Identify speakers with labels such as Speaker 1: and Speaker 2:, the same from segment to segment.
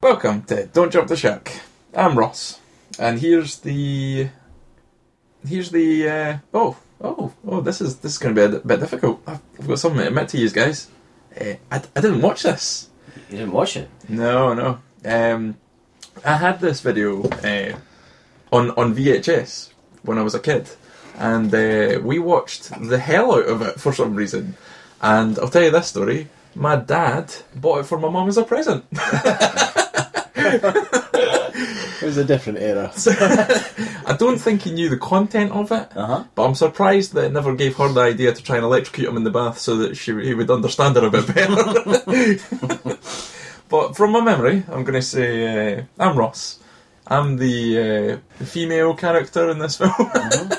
Speaker 1: Welcome to Don't Jump the Shark. I'm Ross, and here's the here's the uh, oh oh oh this is this is going to be a bit difficult. I've, I've got something to admit to you guys. Uh, I, I didn't watch this.
Speaker 2: You didn't watch it.
Speaker 1: No no. Um, I had this video uh, on on VHS when I was a kid, and uh, we watched the hell out of it for some reason. And I'll tell you this story. My dad bought it for my mum as a present.
Speaker 3: It was a different era.
Speaker 1: I don't think he knew the content of it,
Speaker 3: Uh-huh.
Speaker 1: but I'm surprised that it never gave her the idea to try and electrocute him in the bath so that she he would understand her a bit better. but from my memory, I'm going to say uh, I'm Ross. I'm the uh, female character in this film,
Speaker 3: Uh-huh.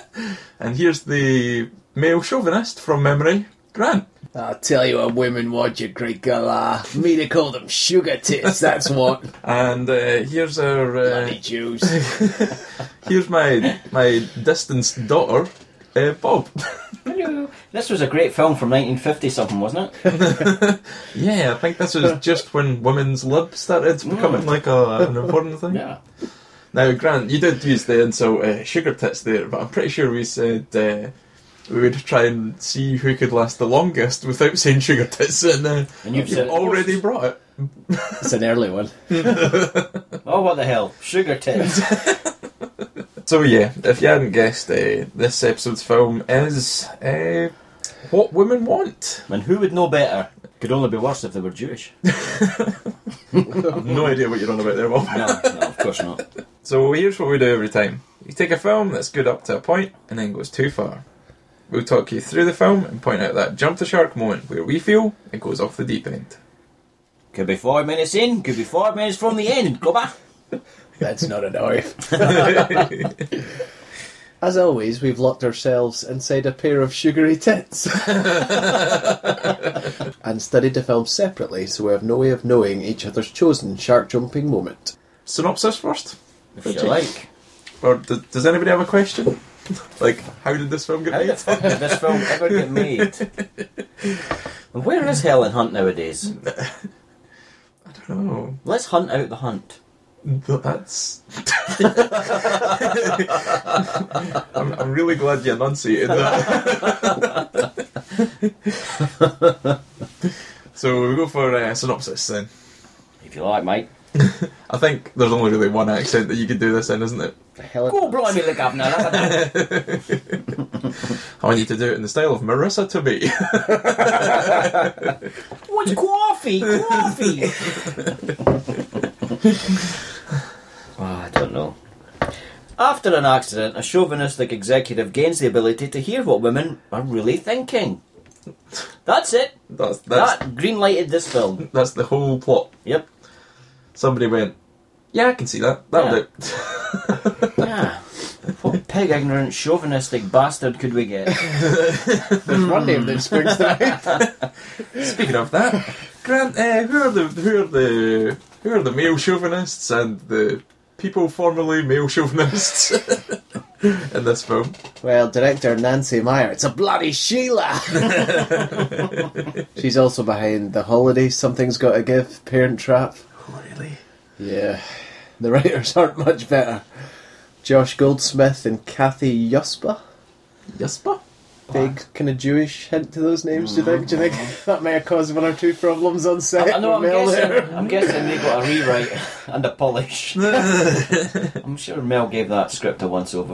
Speaker 1: and here's the male chauvinist from memory, Grant.
Speaker 3: I'll tell you what women want, you great gala. Me to call them sugar tits, that's what.
Speaker 1: And uh, here's our uh,
Speaker 3: Bloody Jews.
Speaker 1: here's my my distanced daughter, uh, Bob.
Speaker 2: This was a great film from 1950 something, wasn't it?
Speaker 1: Yeah, I think this was just when women's lib started becoming like a, an important thing.
Speaker 2: Mm. Yeah.
Speaker 1: Now, Grant, you did use the insult uh, sugar tits there, but I'm pretty sure we said uh, we would try and see who could last the longest without saying sugar tits, and, uh,
Speaker 2: And
Speaker 1: you've
Speaker 2: you've said-
Speaker 1: already brought it.
Speaker 3: It's an early one.
Speaker 2: Oh, what the hell? Sugar tits.
Speaker 1: So, yeah, if you hadn't guessed, uh, this episode's film is uh, What Women Want.
Speaker 2: and who would know better? Could only be worse if they were Jewish.
Speaker 1: I've no idea what you're on about there, Bob.
Speaker 2: No, no, of course not.
Speaker 1: So here's what we do every time. You take a film that's good up to a point and then goes too far. We'll talk you through the film and point out that jump the shark moment where we feel it goes off the deep end.
Speaker 2: Could be five minutes in, could be five minutes from the end. Go back.
Speaker 3: That's not enough. As always, we've locked ourselves inside a pair of sugary tits. and studied the film separately, so we have no way of knowing each other's chosen shark jumping moment.
Speaker 1: Synopsis first?
Speaker 2: If you like.
Speaker 1: Or d- does anybody have a question? like, how did this film get
Speaker 2: How the
Speaker 1: made?
Speaker 2: fuck did this film ever get made? And where is Helen Hunt nowadays?
Speaker 1: I don't know.
Speaker 2: Let's hunt out the hunt.
Speaker 1: Oh, Th- That's. I'm, I'm really glad you enunciated that. so we go for uh, synopsis then.
Speaker 2: If you like, mate.
Speaker 1: I think there's only really one accent that you could do this in, isn't it?
Speaker 3: The hell
Speaker 2: Go blimey, the governor.
Speaker 1: I want you to do it in the style of Marissa Tomei.
Speaker 2: What's coffee? Coffee. Ah, I don't know. After an accident, a chauvinistic executive gains the ability to hear what women are really thinking. That's it.
Speaker 1: that's that's
Speaker 2: that green lighted this film.
Speaker 1: that's the whole plot.
Speaker 2: Yep.
Speaker 1: Somebody went, yeah, I can see that. That'll do.
Speaker 2: Yeah. What pig ignorant chauvinistic bastard could we get?
Speaker 3: There's one name that springs to mind.
Speaker 1: Speaking of that, Grant, uh, who are the who are the who are the male chauvinists and the people formerly male chauvinists in this film?
Speaker 3: Well, director Nancy Meyer, it's a bloody Sheila! She's also behind The Holiday, Something's Gotta Give, Parent Trap.
Speaker 1: Oh, really?
Speaker 3: Yeah, the writers aren't much better. Josh Goldsmith and Kathy Yuspa.
Speaker 1: Yespa?
Speaker 3: Big kind of Jewish hint to those names, do you think? Do you think that may have caused one or two problems on set?
Speaker 2: Mm. I know. I'm
Speaker 3: with Mel
Speaker 2: guessing.
Speaker 3: there?
Speaker 2: I'm guessing they got a rewrite and a polish. I'm sure Mel gave that script a once over.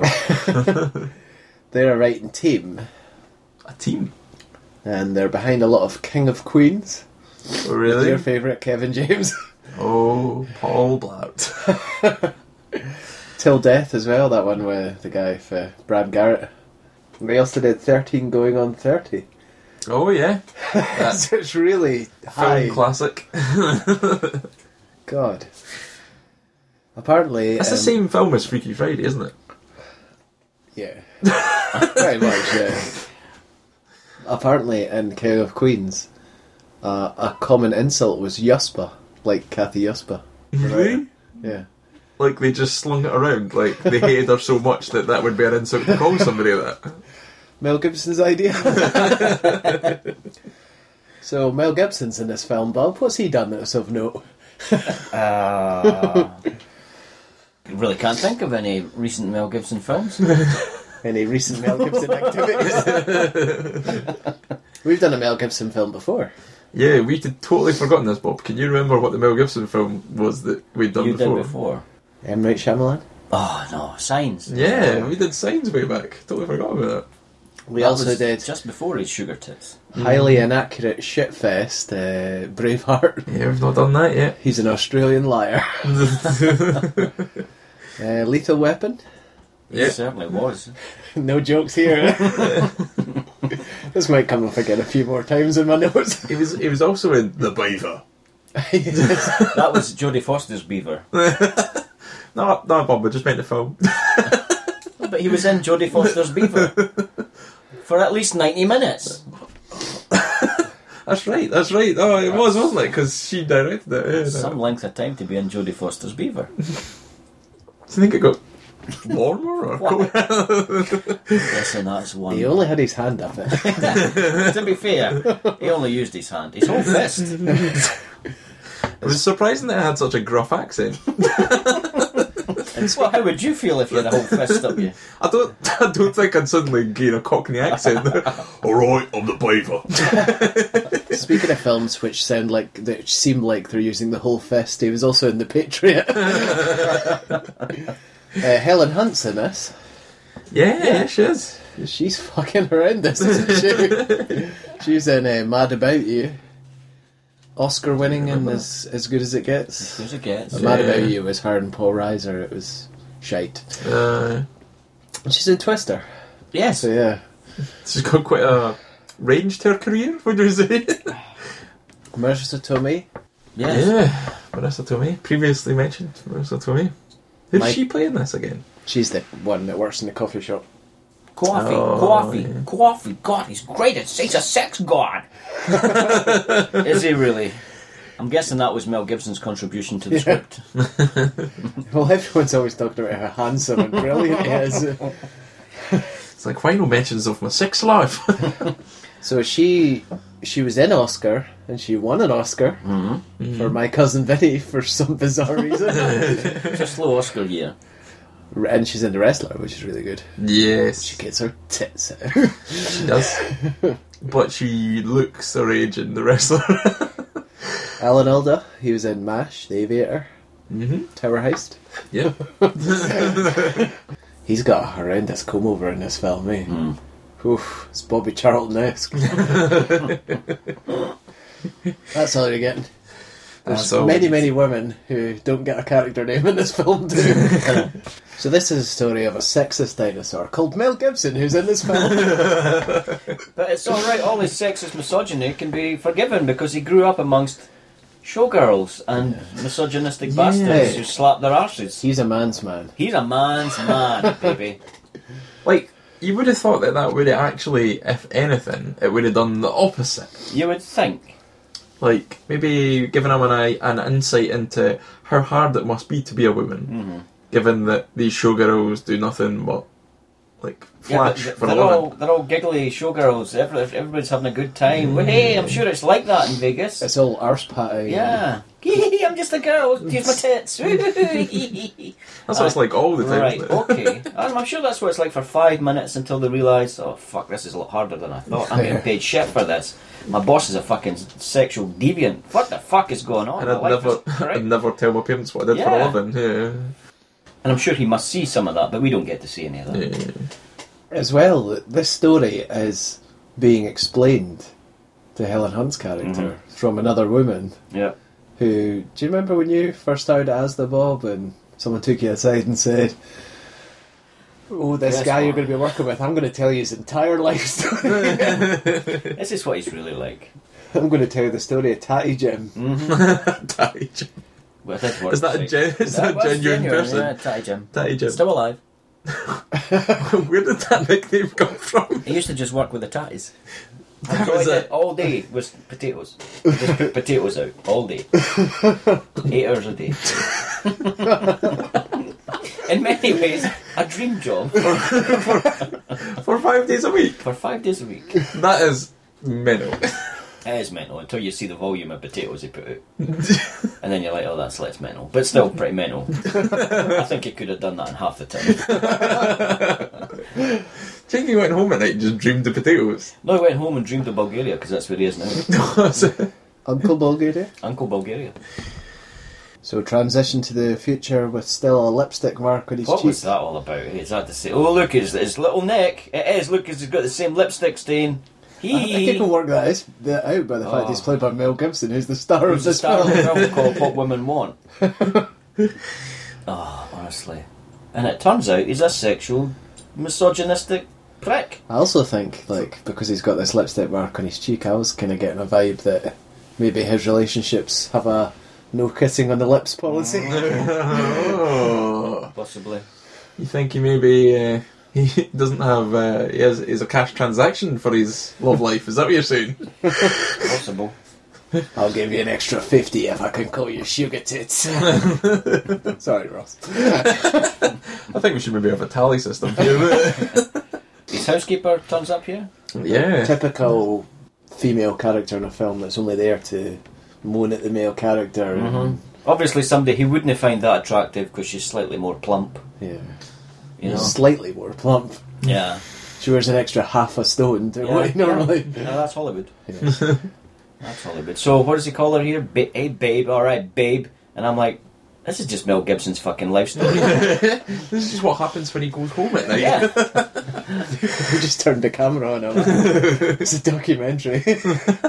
Speaker 3: They're a writing team,
Speaker 1: A team?
Speaker 3: and they're behind a lot of King of Queens.
Speaker 1: Oh, really?
Speaker 3: Your favourite, Kevin James.
Speaker 1: Oh, Paul Blart.
Speaker 3: Till Death as well, that one with the guy for Brad Garrett. They also did 13 Going on 30.
Speaker 1: oh yeah,
Speaker 3: So it's really
Speaker 1: film
Speaker 3: high.
Speaker 1: classic.
Speaker 3: God. Apparently.
Speaker 1: That's the
Speaker 3: um,
Speaker 1: same film as Freaky Friday, isn't it?
Speaker 3: Yeah. Very much, yeah. Apparently, in King of Queens, uh, a common insult was Yuspa, like Kathy Yuspa.
Speaker 1: Really?
Speaker 3: Yeah.
Speaker 1: Like they just slung it around. Like they hated her so much that that would be an insult to call somebody that.
Speaker 3: Mel Gibson's idea. so, Mel Gibson's in this film, Bob. What's he done that was of note?
Speaker 2: Uh, really can't think of any recent Mel Gibson films.
Speaker 3: Any recent Mel Gibson activities? We've done a Mel Gibson film before.
Speaker 1: Yeah, we had totally forgotten this, Bob. Can you remember what the Mel Gibson film was that we'd done
Speaker 2: you
Speaker 1: before?
Speaker 2: did before.
Speaker 3: M. Night Shyamalan.
Speaker 2: Oh no, Signs.
Speaker 1: Yeah, we did signs way back. Totally forgot about
Speaker 3: We
Speaker 2: That
Speaker 3: also
Speaker 2: was
Speaker 3: did
Speaker 2: just before his Sugar Tits.
Speaker 3: highly inaccurate shitfest uh, Braveheart.
Speaker 1: that. Yeah, we've not done that yet.
Speaker 3: He's an Australian liar. Uh, lethal Weapon.
Speaker 2: He
Speaker 1: Yeah.
Speaker 2: certainly was.
Speaker 3: No jokes here. this might come up again a few more times in my notes.
Speaker 1: It was. It was also in the Beaver.
Speaker 3: Yes.
Speaker 2: That was Jodie Foster's Beaver. Oh,
Speaker 1: No, no, Bob. I just meant the film.
Speaker 2: But he was in Jodie Foster's Beaver for at least 90 minutes.
Speaker 1: That's right. That's right. Oh, it was, wasn't it? Because she directed it. Yeah, no.
Speaker 2: Some length of time to be in Jodie Foster's Beaver.
Speaker 1: Do you think it got warmer or
Speaker 2: Wow.
Speaker 1: colder?
Speaker 2: Yes, and that's one.
Speaker 3: he only had his hand up it.
Speaker 2: to be fair, he only used his hand, his whole fist.
Speaker 1: It was surprising that it had such a gruff accent.
Speaker 2: Well, how would you feel if you had a whole fist up you?
Speaker 1: I don't. I don't think I'd suddenly gain a Cockney accent. All right, I'm the Beaver.
Speaker 3: Speaking of films which sound like that seem like they're using the whole fist, he was also in The Patriot. uh, Helen Hunt's in this.
Speaker 1: Yeah, yeah, she is.
Speaker 3: She's fucking horrendous, isn't she? She's in uh, Mad About You. Oscar winning and as, as good as it gets.
Speaker 2: There's a guess.
Speaker 3: Mad
Speaker 1: Yeah.
Speaker 3: About You was her and Paul Reiser. It was shite.
Speaker 1: Uh,
Speaker 3: And she's in Twister.
Speaker 2: Yes.
Speaker 3: So yeah,
Speaker 1: she's got quite a range to her career. Would you say?
Speaker 3: Marissa Tomei.
Speaker 2: Yes.
Speaker 1: Yeah, Marissa Tomei. Previously mentioned Marissa Tomei. Who's
Speaker 3: Mike-
Speaker 1: she playing this again?
Speaker 3: She's the one that works in the coffee shop.
Speaker 2: Coffee,
Speaker 1: Oh,
Speaker 2: coffee,
Speaker 1: yeah.
Speaker 2: coffee. God, he's great. It's, he's a sex god. Is he really? I'm guessing that was Mel Gibson's contribution to the
Speaker 3: Yeah.
Speaker 2: script.
Speaker 3: Well, everyone's always talking about how handsome and brilliant he is.
Speaker 1: It's like why no mentions of my sex life?
Speaker 3: So she she was in Oscar and she won an Oscar for My Cousin Vinny for some bizarre reason.
Speaker 2: It's a slow Oscar year.
Speaker 3: and she's in The Wrestler, which is really good. She
Speaker 1: yes,
Speaker 3: gets her tits out.
Speaker 1: she does. but she looks her age in the wrestler.
Speaker 3: Alan Alda, he was in MASH, The Aviator,
Speaker 1: mm-hmm.
Speaker 3: Tower Heist.
Speaker 1: Yeah.
Speaker 3: He's got a horrendous comb over in this film, eh?
Speaker 2: Mm.
Speaker 3: Oof, it's Bobby Charlton esque. That's all you're getting. There's
Speaker 1: so-
Speaker 3: many, many women who don't get a character name in this film, too. so, this is a story of a sexist dinosaur called Mel Gibson who's in this film.
Speaker 2: But it's all right. All his sexist misogyny can be forgiven because he grew up amongst showgirls and misogynistic bastards who slap their arses.
Speaker 3: He's a man's man.
Speaker 2: He's a man's man, baby.
Speaker 1: Like you would have thought that that would have actually, if anything, it would have done the opposite.
Speaker 2: You would think.
Speaker 1: like maybe giving him an eye, an insight into how hard it must be to be a woman,
Speaker 2: Mm-hmm.
Speaker 1: given that these showgirls do nothing but like flash
Speaker 2: th-
Speaker 1: for a
Speaker 2: they're
Speaker 1: living.
Speaker 2: all they're all giggly showgirls. Every, everybody's having a good time. Well, hey, I'm sure it's like that in Vegas.
Speaker 3: It's all arse patty.
Speaker 2: Yeah. I'm just a girl. Here's my tits.
Speaker 1: That's what it's like all the time.
Speaker 2: right,
Speaker 1: isn't it?
Speaker 2: okay. I'm, I'm sure that's what it's like for five minutes until they realise, oh fuck, this is a lot harder than I thought. I'm getting paid shit for this. My boss is a fucking sexual deviant. What the fuck is going on?
Speaker 1: And
Speaker 2: My
Speaker 1: I'd
Speaker 2: life
Speaker 1: never,
Speaker 2: is great.
Speaker 1: I'd never tell my parents what I did
Speaker 2: Yeah.
Speaker 1: for a living.
Speaker 2: And I'm sure he must see some of that, but we don't get to see any of that.
Speaker 1: Yeah, yeah.
Speaker 3: As well, this story is being explained to Helen Hunt's character
Speaker 2: Mm-hmm.
Speaker 3: from another woman.
Speaker 2: Yeah.
Speaker 3: who do you remember when you first started as the Bob and someone took you aside and said, "Oh, this
Speaker 2: Yes,
Speaker 3: guy you're
Speaker 2: Bob."
Speaker 3: going to be working with, I'm going to tell you his entire life story.
Speaker 2: This is what he's really like.
Speaker 3: I'm going to tell you the story of Tatty Jim."
Speaker 2: Mm. Mm-hmm.
Speaker 1: Tatty Jim.
Speaker 2: Well, that's what
Speaker 1: Is that a
Speaker 2: it's
Speaker 1: gen- is that a
Speaker 2: was
Speaker 1: genuine
Speaker 2: Yeah,
Speaker 1: person?
Speaker 2: Tatty Jim.
Speaker 1: Tatty Jim.
Speaker 2: Still alive.
Speaker 1: Where did that nickname come from?
Speaker 2: He used to just work with the tatties.
Speaker 1: That
Speaker 2: All I
Speaker 1: was
Speaker 2: did
Speaker 1: it.
Speaker 2: all day was potatoes. Just put potatoes out all day. Eight hours a day. In many ways, a dream job
Speaker 1: For five days a week.
Speaker 2: for five days a week.
Speaker 1: That is mental.
Speaker 2: It is mental until you see the volume of potatoes he put out. and then you're like, oh, that's less mental. But still pretty mental. I think he could have done that in half the time.
Speaker 1: Do you think he went home at night and just dreamed of potatoes?
Speaker 2: No, he went home and dreamed of Bulgaria because that's where he is now.
Speaker 3: Uncle Bulgaria.
Speaker 2: Uncle Bulgaria.
Speaker 3: So transition to the future with still a lipstick mark on his
Speaker 2: What
Speaker 3: cheek.
Speaker 2: was that all about? Is that to say, oh, look, it's his little neck. It is. Look, 'cause he's got the same lipstick stain. He.
Speaker 3: I think you can work that is- that out by the fact
Speaker 2: Oh.
Speaker 3: he's played by Mel Gibson, who's the star
Speaker 2: Who's
Speaker 3: of
Speaker 2: the
Speaker 3: this
Speaker 2: star of the
Speaker 3: film.
Speaker 2: film called What Women Want? oh, honestly. And it turns out he's a sexual, misogynistic prick.
Speaker 3: I also think, like, because he's got this lipstick mark on his cheek, I was kind of getting a vibe that maybe his relationships have a no kissing on the lips policy.
Speaker 2: Mm.
Speaker 1: oh.
Speaker 2: Possibly.
Speaker 1: You think he maybe uh, he doesn't have uh, he has is a cash transaction for his love life? Is that what you're saying?
Speaker 2: Possible.
Speaker 3: I'll give you an extra 50 if I can call you sugar tits. Sorry, Ross.
Speaker 1: I think we should maybe have a tally system here.
Speaker 2: His housekeeper turns up here.
Speaker 1: yeah.
Speaker 3: Typical female character in a film that's only there to moan at the male character. and-
Speaker 2: Obviously, somebody he wouldn't find that attractive because she's slightly more plump.
Speaker 3: Yeah.
Speaker 2: You know.
Speaker 3: Slightly more plump.
Speaker 2: Yeah.
Speaker 3: She wears an extra half a stone to
Speaker 2: Yeah.
Speaker 3: what he normally.
Speaker 2: No, that's Hollywood.
Speaker 3: Yeah.
Speaker 2: That's Hollywood. So what does he call her here? Ba- hey, babe. All right, babe. And I'm like, this is just Mel Gibson's fucking life story.
Speaker 1: this is just what happens when he goes home at night.
Speaker 2: yeah.
Speaker 3: We just turned the camera on. I'm like, it's a documentary.
Speaker 2: All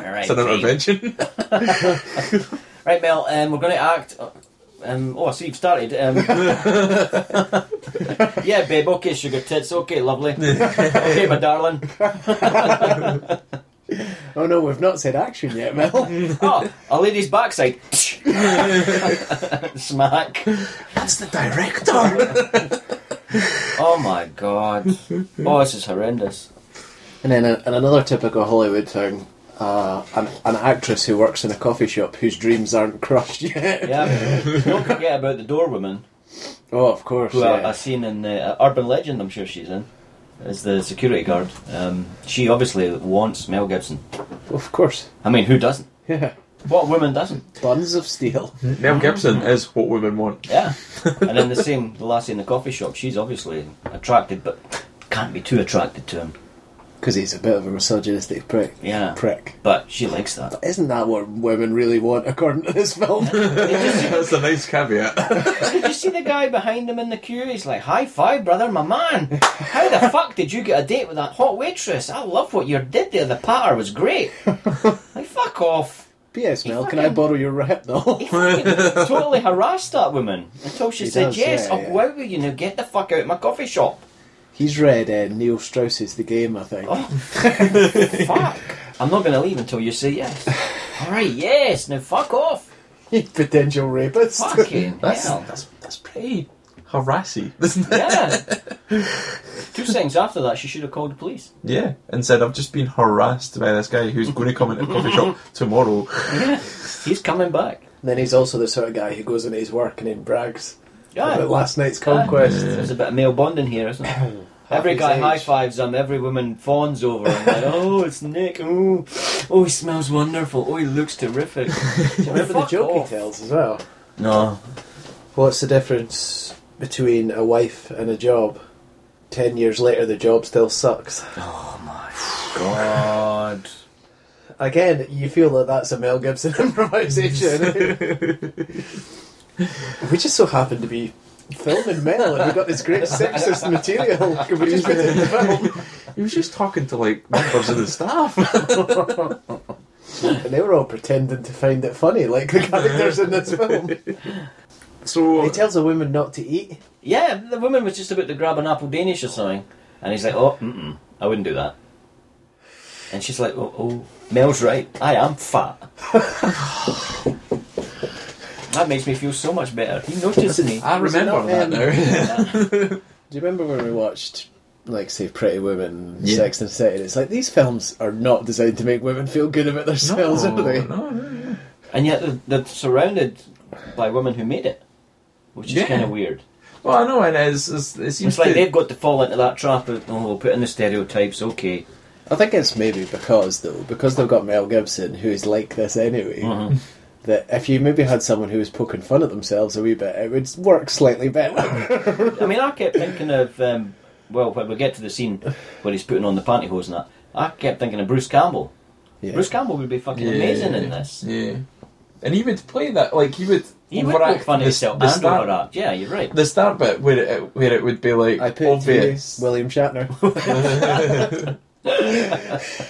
Speaker 2: right.
Speaker 1: It's an
Speaker 2: babe.
Speaker 1: intervention.
Speaker 2: Right, Mel, um, we're going to act. Um, oh, I see you've started. Um, yeah, babe, okay, sugar tits, okay, lovely. okay, my darling.
Speaker 3: oh no, we've not said action yet, Mel.
Speaker 2: Oh, a lady's backside. Smack.
Speaker 1: That's the director.
Speaker 2: Oh my god. Oh, this is horrendous.
Speaker 3: and then a, and another typical Hollywood thing. Uh, an, an actress who works in a coffee shop whose dreams aren't crushed yet.
Speaker 2: Yeah. Don't forget about the door woman,
Speaker 3: Oh, of course.
Speaker 2: who I,
Speaker 3: yeah.
Speaker 2: i seen in uh, Urban Legend, I'm sure she's in, as the security guard. Um, she obviously wants Mel Gibson.
Speaker 3: Of course.
Speaker 2: I mean, who doesn't?
Speaker 3: Yeah.
Speaker 2: What woman doesn't?
Speaker 3: Buns of steel.
Speaker 2: Hmm.
Speaker 1: Mel Gibson is what women want.
Speaker 2: Yeah. And then the same, the lassie in the coffee shop, she's obviously attracted, but can't be too attracted to him.
Speaker 3: Because he's a bit of a misogynistic prick.
Speaker 2: Yeah.
Speaker 3: Prick.
Speaker 2: But she likes that.
Speaker 3: Isn't that what women really want, according to this film?
Speaker 1: That's a nice caveat.
Speaker 2: Did you see the guy behind him in the queue? He's like, high five, brother, my man. How the fuck did you get a date with that hot waitress? I love what you did there. The patter was great. Like, fuck off.
Speaker 3: P.S. Mel,
Speaker 2: He
Speaker 3: can I
Speaker 2: fucking-
Speaker 3: borrow your rep though?
Speaker 2: He fucking totally harassed that woman until she
Speaker 3: He
Speaker 2: said,
Speaker 3: does,
Speaker 2: yes,
Speaker 3: yeah,
Speaker 2: I'll
Speaker 3: yeah.
Speaker 2: go out with you now. Get the fuck out of my coffee shop.
Speaker 3: He's read uh, Neil Strauss's The Game, I think.
Speaker 2: Oh, fuck. I'm not going to leave until you say yes. All right, yes. Now fuck off.
Speaker 3: Potential rapist.
Speaker 2: Fucking
Speaker 1: That's
Speaker 2: hell.
Speaker 1: that's that's pretty harassy. isn't it?
Speaker 2: Yeah. Two seconds after that, she should have called the police.
Speaker 1: Yeah, and said I've just been harassed by this guy who's going to come into the coffee shop tomorrow.
Speaker 2: Yeah. He's coming back.
Speaker 3: And then he's also the sort of guy who goes into his work and then brags
Speaker 2: Yeah.
Speaker 3: about last night's
Speaker 2: Oh. Yeah.
Speaker 3: conquest.
Speaker 2: There's a bit of male bonding here, isn't there? every guy
Speaker 3: age.
Speaker 2: high fives him, every woman fawns over him. Like, oh, it's Nick. Oh, oh, he smells wonderful. Oh, he looks terrific.
Speaker 3: Remember the
Speaker 2: Fuck
Speaker 3: joke
Speaker 2: off.
Speaker 3: he tells as well?
Speaker 2: No.
Speaker 3: What's the difference between a wife and a job? Ten years later, the job still sucks.
Speaker 2: Oh my god.
Speaker 3: Again, you feel that that's a Mel Gibson improvisation. we just so happened to be filming Mel and we got this great sexist material. Could we just put it in the film?
Speaker 1: He was just talking to like members of the staff.
Speaker 3: And they were all pretending to find it funny, like the characters in this film.
Speaker 1: So
Speaker 3: He tells a woman not to eat.
Speaker 2: Yeah, the woman was just about to grab an apple Danish or something, and he's like, "Oh, mm-mm, I wouldn't do that." And she's like, "Oh, oh Mel's right. I am fat." that makes me feel so much better. He noticed me.
Speaker 1: I
Speaker 3: Was
Speaker 1: remember that
Speaker 3: it not,
Speaker 1: now.
Speaker 3: Do you remember when we watched, like, say, Pretty Women,
Speaker 1: Yeah.
Speaker 3: Sex and the City? It's like these films are not designed to make women feel good about themselves, are they?
Speaker 1: no, no.
Speaker 2: And yet they're, they're surrounded by women who made it, which is
Speaker 1: Yeah.
Speaker 2: kind of weird.
Speaker 1: Well, I know, and it's, it's, it seems
Speaker 2: It's like
Speaker 1: to-
Speaker 2: they've got to fall into that trap of, oh, we'll put in the stereotypes, okay.
Speaker 3: I think it's maybe because though, because they've got Mel Gibson, who is like this anyway.
Speaker 1: Mm-hmm.
Speaker 3: That if you maybe had someone who was poking fun at themselves a wee bit, it would work slightly better.
Speaker 2: I mean, I kept thinking of um, well, when we get to the scene where he's putting on the pantyhose and that, I kept thinking of Bruce Campbell.
Speaker 3: yeah.
Speaker 2: Bruce Campbell would be fucking
Speaker 1: Yeah,
Speaker 2: amazing
Speaker 1: yeah,
Speaker 2: in this.
Speaker 1: Yeah. And he would play that like he would.
Speaker 2: He would
Speaker 1: overact
Speaker 2: look funny
Speaker 1: the,
Speaker 2: still
Speaker 1: the
Speaker 2: and
Speaker 1: start,
Speaker 2: overact. Yeah, you're right.
Speaker 1: The start bit where it where it would be like
Speaker 3: I put
Speaker 1: obvious.
Speaker 3: you, William Shatner.
Speaker 2: Yeah.
Speaker 3: that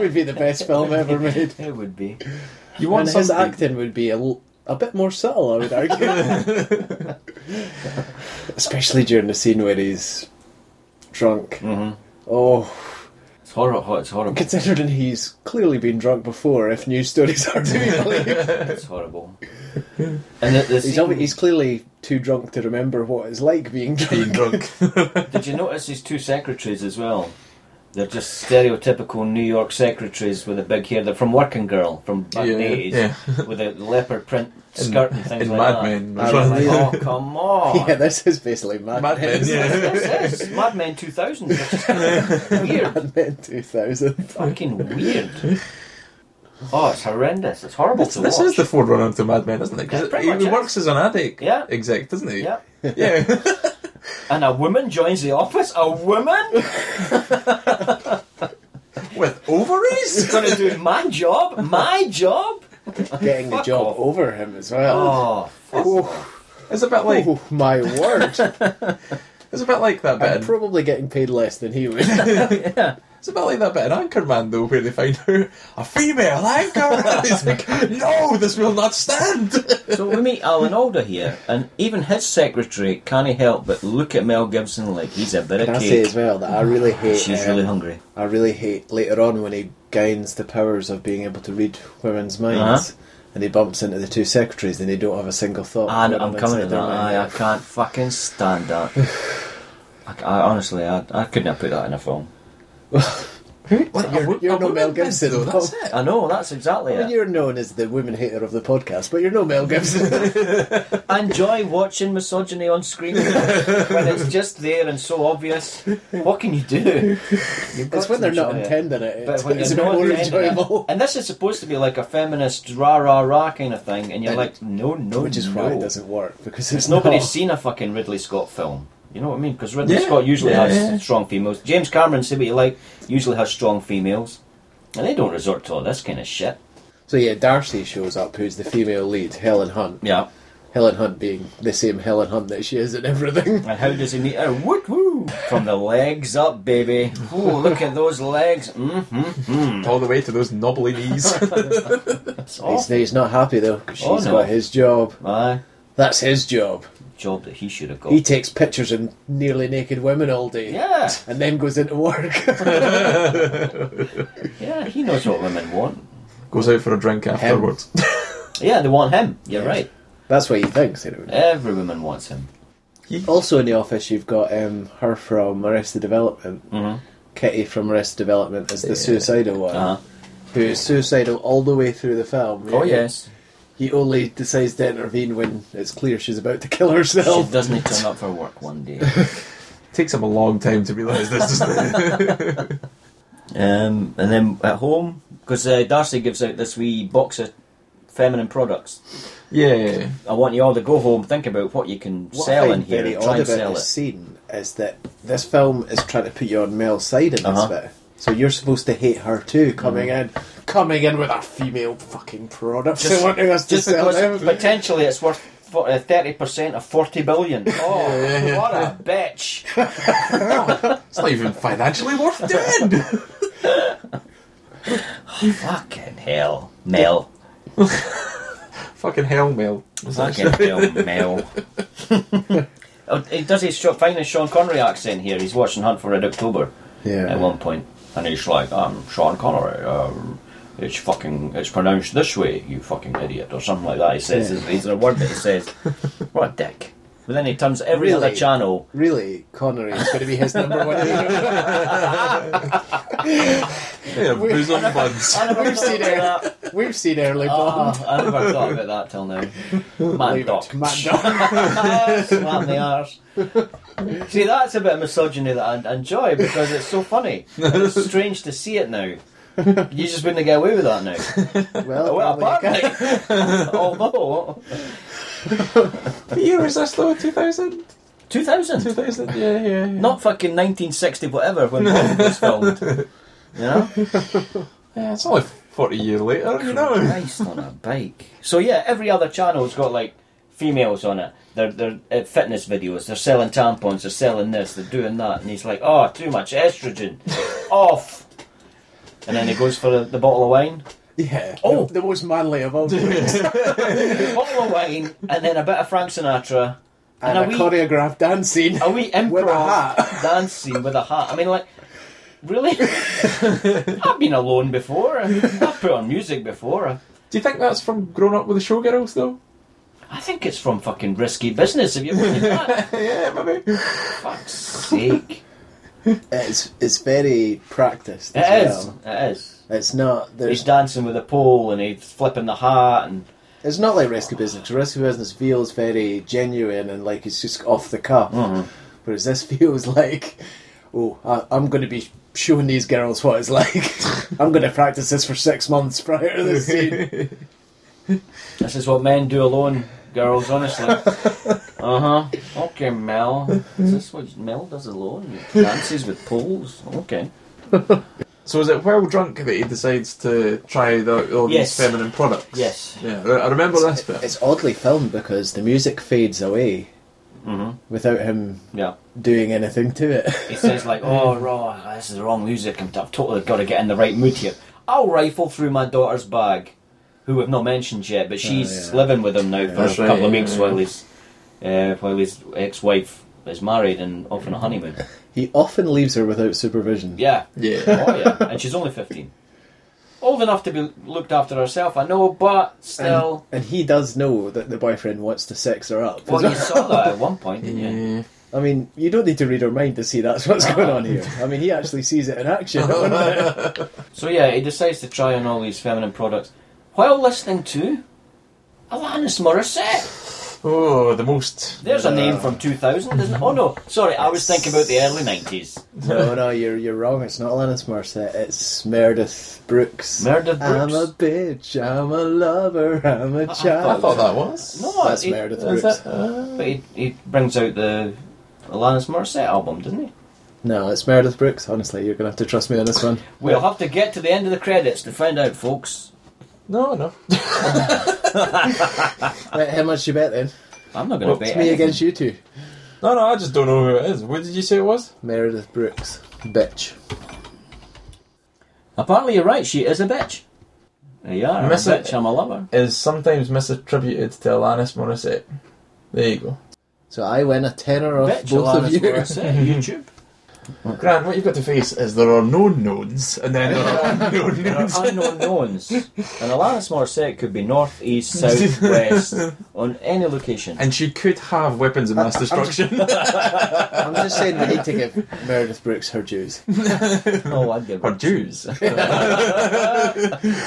Speaker 3: would be the best film ever made.
Speaker 2: It would be.
Speaker 1: you
Speaker 3: And
Speaker 1: want
Speaker 3: his
Speaker 1: something?
Speaker 3: acting would be a, l- a bit more subtle, I would argue. Especially during the scene where he's drunk.
Speaker 1: Mm-hmm.
Speaker 2: hmm
Speaker 3: Oh,
Speaker 2: It's horrible. It's horrible.
Speaker 3: considering he's clearly been drunk before, if news stories are to be believed.
Speaker 2: It's horrible. And the, the
Speaker 3: He's,
Speaker 2: scene-
Speaker 3: obvi- he's clearly too drunk to remember what it's like being
Speaker 1: Being
Speaker 3: drunk.
Speaker 1: drunk.
Speaker 2: Did you notice his two secretaries as well? They're just stereotypical New York secretaries with a big hair. They're from Working Girl, from back in the
Speaker 1: Yeah,
Speaker 2: 80s,
Speaker 1: yeah.
Speaker 2: with a leopard print
Speaker 1: In-
Speaker 2: skirt and things
Speaker 1: in
Speaker 2: like
Speaker 1: Mad
Speaker 2: that.
Speaker 1: Men,
Speaker 2: I
Speaker 1: which
Speaker 2: was
Speaker 1: one-
Speaker 2: like, oh, come on.
Speaker 3: Yeah, this is basically Mad,
Speaker 1: Mad Men,
Speaker 3: Men.
Speaker 1: yeah.
Speaker 2: This is Mad Men 2000, which is kind of weird.
Speaker 3: Mad Men 2000.
Speaker 2: Fucking weird. Oh, it's horrendous. It's horrible to
Speaker 1: this
Speaker 2: watch.
Speaker 1: is the forerunner to Mad Men, isn't it?
Speaker 2: Yeah,
Speaker 1: Because
Speaker 2: pretty
Speaker 1: he
Speaker 2: much, yeah.
Speaker 1: works as an addict
Speaker 2: Yeah.
Speaker 1: exec, doesn't he?
Speaker 2: yeah.
Speaker 1: Yeah.
Speaker 2: And a woman joins the office. A woman?
Speaker 1: With ovaries?
Speaker 2: going to do my job? My job?
Speaker 3: Getting the
Speaker 2: Fuck
Speaker 3: job
Speaker 2: off.
Speaker 3: over him as well.
Speaker 2: Oh,
Speaker 3: Oh,
Speaker 1: It's a bit like
Speaker 3: oh, my word.
Speaker 1: it's a bit like that bit.
Speaker 3: I'm
Speaker 1: in-
Speaker 3: probably getting paid less than he would.
Speaker 2: yeah.
Speaker 1: It's a bit like that bit in Anchorman though, where they find out a female anchor. He's like, no, this will not stand.
Speaker 2: So we meet Alan Alda here, and even his secretary can't help but look at Mel Gibson like he's a bit
Speaker 3: Can
Speaker 2: of
Speaker 3: I say
Speaker 2: cake.
Speaker 3: as well that I really hate.
Speaker 2: She's
Speaker 3: um,
Speaker 2: really hungry.
Speaker 3: I really hate later on when he gains the powers of being able to read women's minds,
Speaker 2: Uh-huh.
Speaker 3: and he bumps into the two secretaries, and they don't have a single thought.
Speaker 2: And
Speaker 3: about
Speaker 2: Ah, I'm
Speaker 3: what's
Speaker 2: coming to
Speaker 3: inside their
Speaker 2: that.
Speaker 3: mind.
Speaker 2: I, I can't fucking stand that. I, I honestly, I, I couldn't have put that in a film.
Speaker 1: Like,
Speaker 3: You're-
Speaker 1: wo-
Speaker 3: you're no
Speaker 1: woman
Speaker 3: Mel
Speaker 1: did,
Speaker 3: Gibson,
Speaker 1: though, That's
Speaker 3: no.
Speaker 1: it.
Speaker 2: I know that's exactly
Speaker 3: I mean,
Speaker 2: it.
Speaker 3: you're known as the women hater of the podcast, but you're no Mel Gibson.
Speaker 2: I enjoy watching misogyny on screen when it's just there and so obvious. What can you do? You've got
Speaker 3: it's
Speaker 2: to
Speaker 3: when they're not
Speaker 2: enjoy it.
Speaker 3: intending it.
Speaker 2: But
Speaker 3: It's,
Speaker 2: when
Speaker 3: it's a
Speaker 2: you're
Speaker 3: bit
Speaker 2: not
Speaker 3: more
Speaker 2: intending it-
Speaker 3: enjoyable.
Speaker 2: And this is supposed to be like a feminist rah rah rah kind of thing, and you're
Speaker 3: And-
Speaker 2: like, no, no,
Speaker 3: Which is
Speaker 2: no.
Speaker 3: why it doesn't work because it's
Speaker 2: Because nobody's
Speaker 3: not.
Speaker 2: seen a fucking Ridley Scott film. You know what I mean? Because Ridley
Speaker 1: Yeah,
Speaker 2: Scott usually
Speaker 1: yeah,
Speaker 2: has
Speaker 1: yeah.
Speaker 2: strong females. James Cameron, say what you like, usually has strong females. And they don't resort to all this kind of shit.
Speaker 3: So yeah, Darcy shows up, who's the female lead, Helen Hunt.
Speaker 2: Yeah.
Speaker 3: Helen Hunt being the same Helen Hunt that she is in everything.
Speaker 2: And how does he meet her? Woot woo! From the legs up, baby. Oh, look at those legs. Mm-hmm.
Speaker 1: All the way to those knobbly knees.
Speaker 2: That's
Speaker 3: He's,
Speaker 2: awful.
Speaker 3: he's not happy though because
Speaker 2: Oh,
Speaker 3: she's
Speaker 2: no.
Speaker 3: got his job.
Speaker 2: Aye.
Speaker 3: That's his job.
Speaker 2: Job that he should have got.
Speaker 3: He takes pictures of nearly naked women all day.
Speaker 2: yeah.
Speaker 3: And then goes into work.
Speaker 2: Yeah, he knows what women want.
Speaker 1: Goes out for a drink afterwards.
Speaker 2: Yeah, they want him. You're
Speaker 3: Yeah.
Speaker 2: right.
Speaker 3: That's what he thinks. Anyway.
Speaker 2: Every woman wants him. Oh.
Speaker 3: Also in the office, you've got um, her from Arrested Development.
Speaker 2: Mhm.
Speaker 3: Kitty from Arrested Development is the suicidal one,
Speaker 2: Uh-huh.
Speaker 3: who is suicidal all the way through the film.
Speaker 2: Oh, yes.
Speaker 3: He only decides to intervene when it's clear she's about to kill
Speaker 2: She
Speaker 3: herself.
Speaker 2: doesn't turn up for work one day.
Speaker 1: Takes him a long time to realise this, doesn't it?
Speaker 2: Um, and then at home, because uh, Darcy gives out this wee box of feminine products.
Speaker 1: yeah.
Speaker 2: I want you all to go home, think about what you can
Speaker 3: What I
Speaker 2: sell in
Speaker 3: find
Speaker 2: here,
Speaker 3: very
Speaker 2: and
Speaker 3: odd
Speaker 2: try
Speaker 3: about
Speaker 2: and sell
Speaker 3: this
Speaker 2: it.
Speaker 3: scene is that this film is trying to put you on Mel's side in
Speaker 2: Uh-huh. Mm-hmm.
Speaker 3: this bit. So you're supposed to hate her too, coming in, coming in with a female fucking product, just, wanting us to
Speaker 2: Just
Speaker 3: sell
Speaker 2: because
Speaker 3: them.
Speaker 2: potentially it's worth uh, thirty percent of forty billion. Oh, what a bitch!
Speaker 1: It's not even financially worth doing.
Speaker 2: Fucking hell, Mel.
Speaker 1: Fucking hell, Mel.
Speaker 2: Fucking hell, Mel. Oh, He does his Sha- finally Sean Connery accent here. He's watching Hunt for Red October. at
Speaker 3: Yeah,
Speaker 2: one point, and he's like, "I'm Sean Connery. Um, it's fucking, it's pronounced this way, you fucking idiot," or something like that. He says,
Speaker 3: Yeah.
Speaker 2: "Is there a word that he says?" what a dick! But then he turns every other
Speaker 3: Really?
Speaker 2: channel.
Speaker 3: really, Connery is going to be his number one. hero.
Speaker 1: Yeah, bosom buds.
Speaker 2: I never thought
Speaker 3: We've seen
Speaker 2: about that.
Speaker 3: We've seen early Bond.
Speaker 2: Ah, I never thought about that till now. Man,
Speaker 3: Leave
Speaker 2: doc.
Speaker 3: it. Mad Dog.
Speaker 2: Slap in the arse. See, that's a bit of misogyny that I enjoy because it's so funny. And it's strange to see it now. You just wouldn't get away with that now.
Speaker 3: Well,
Speaker 2: Well,
Speaker 3: apparently you
Speaker 2: apparently. Although.
Speaker 1: What year was this though? 2000?
Speaker 2: 2000.
Speaker 1: 2000? Yeah, yeah, yeah.
Speaker 2: Not fucking 1960 whatever when Bond was filmed. You know?
Speaker 1: Yeah, it's only 40 years later, you know.
Speaker 2: Christ on a bike. So yeah, every other channel's got like females on it. They're they're uh, fitness videos. They're selling tampons. They're selling this. They're doing that. And he's like, oh, too much estrogen. Off. And then he goes for the, the bottle of wine.
Speaker 3: Yeah.
Speaker 2: Oh.
Speaker 3: the, the most manly of all, and,
Speaker 2: bottle of wine, and then a bit of Frank Sinatra, and,
Speaker 3: a
Speaker 2: a, wee
Speaker 3: choreographed dance scene.
Speaker 2: a wee improv
Speaker 3: With a hat.
Speaker 2: dance scene with a hat. I mean, like, really? I've been alone before. I've put on music before.
Speaker 1: Do you think that's from Grown Up with the Showgirls though?
Speaker 2: I think it's from fucking risky business. Have you ever seen that?
Speaker 1: yeah, maybe.
Speaker 2: Fuck's sake.
Speaker 3: It's it's very practiced.
Speaker 2: It
Speaker 3: as
Speaker 2: is.
Speaker 3: well.
Speaker 2: It is.
Speaker 3: It's not.
Speaker 2: He's
Speaker 3: There's.
Speaker 2: dancing with a pole and he's flipping the hat and
Speaker 3: It's not like Rescue Business. Rescue Business feels very genuine and like it's just off the cuff.
Speaker 2: Mm-hmm.
Speaker 3: Whereas this feels like, oh, I, I'm going to be showing these girls what it's like. I'm going to practice this for six months prior to this scene.
Speaker 2: this is what men do alone, girls, honestly. uh huh. Okay, Mel. Is this what Mel does alone? He dances with poles? Okay.
Speaker 1: So is it while drunk that he decides to try the, all
Speaker 2: Yes.
Speaker 1: these feminine products?
Speaker 2: Yes.
Speaker 1: Yeah, I I remember this bit.
Speaker 3: It's oddly filmed because the music fades away
Speaker 2: Mm-hmm.
Speaker 3: without him
Speaker 2: Yeah.
Speaker 3: doing anything to it.
Speaker 2: He says, like, oh, raw, this is the wrong music. I'm, I've totally got to get in the right mood here. I'll rifle through my daughter's bag, who we've not mentioned yet, but she's
Speaker 3: Oh, yeah.
Speaker 2: living with him now for
Speaker 1: That's
Speaker 2: a
Speaker 1: right,
Speaker 2: couple of
Speaker 1: yeah,
Speaker 2: weeks
Speaker 1: yeah.
Speaker 2: while his, uh, while his ex wife is married and off on a honeymoon.
Speaker 3: He often leaves her without supervision.
Speaker 2: Yeah.
Speaker 1: yeah.
Speaker 2: Oh, yeah. And she's only 15. Old enough to be looked after herself, I know, but still.
Speaker 3: And he does know that the boyfriend wants to sex her up.
Speaker 2: Well, you saw that at one point, didn't you?
Speaker 1: yeah.
Speaker 3: I mean, you don't need to read her mind to see that's what's going on here. I mean, he actually sees it in action.
Speaker 2: So yeah, he decides to try on all these feminine products while listening to Alanis Morissette.
Speaker 1: Oh, the most.
Speaker 2: There's a
Speaker 3: Uh,
Speaker 2: name from 2000, isn't it? Oh no, sorry, I was thinking about the early 90s.
Speaker 3: no, no, you're you're wrong. It's not Alanis Morissette. It's Meredith Brooks.
Speaker 2: Meredith
Speaker 3: I'm a
Speaker 2: Brooks.
Speaker 3: bitch. I'm a lover. I'm a child.
Speaker 1: I thought that was.
Speaker 2: No,
Speaker 3: That's
Speaker 2: he,
Speaker 3: Meredith
Speaker 1: Is
Speaker 3: Brooks.
Speaker 1: that, uh,
Speaker 2: But he, he brings out the Alanis Morissette album, doesn't he?
Speaker 3: No, it's Meredith Brooks. Honestly, you're gonna have to trust me on this one.
Speaker 2: We'll have to get to the end of the credits to find out, folks.
Speaker 1: no, no.
Speaker 3: Right, how much you bet then?
Speaker 2: I'm not going
Speaker 1: Well,
Speaker 2: to
Speaker 1: it's
Speaker 2: bet.
Speaker 3: It's me
Speaker 2: anything.
Speaker 3: against you two.
Speaker 1: No, no, I just don't know who it is. What did you say it was?
Speaker 3: Meredith Brooks, bitch.
Speaker 2: Apparently, you're right. She is a bitch. Yeah, I'm a
Speaker 1: Miss it.
Speaker 2: bitch. I'm a lover.
Speaker 1: Is sometimes misattributed to Alanis Morissette. There you go.
Speaker 3: So I win a tenner off
Speaker 2: Bitch,
Speaker 3: both
Speaker 2: Alanis
Speaker 3: of you.
Speaker 2: Morissette. YouTube.
Speaker 1: Mm-hmm. Grant, what you've got to face is there are no knowns, and then there are unknown knowns.
Speaker 2: unknown knowns. And Alanis Morissette could be north, east, south, west, on any location.
Speaker 1: And she could have weapons of mass destruction.
Speaker 3: I'm just saying we need to give Meredith Brooks her dues.
Speaker 2: Oh, I'd give
Speaker 1: or
Speaker 2: her.
Speaker 1: Jews.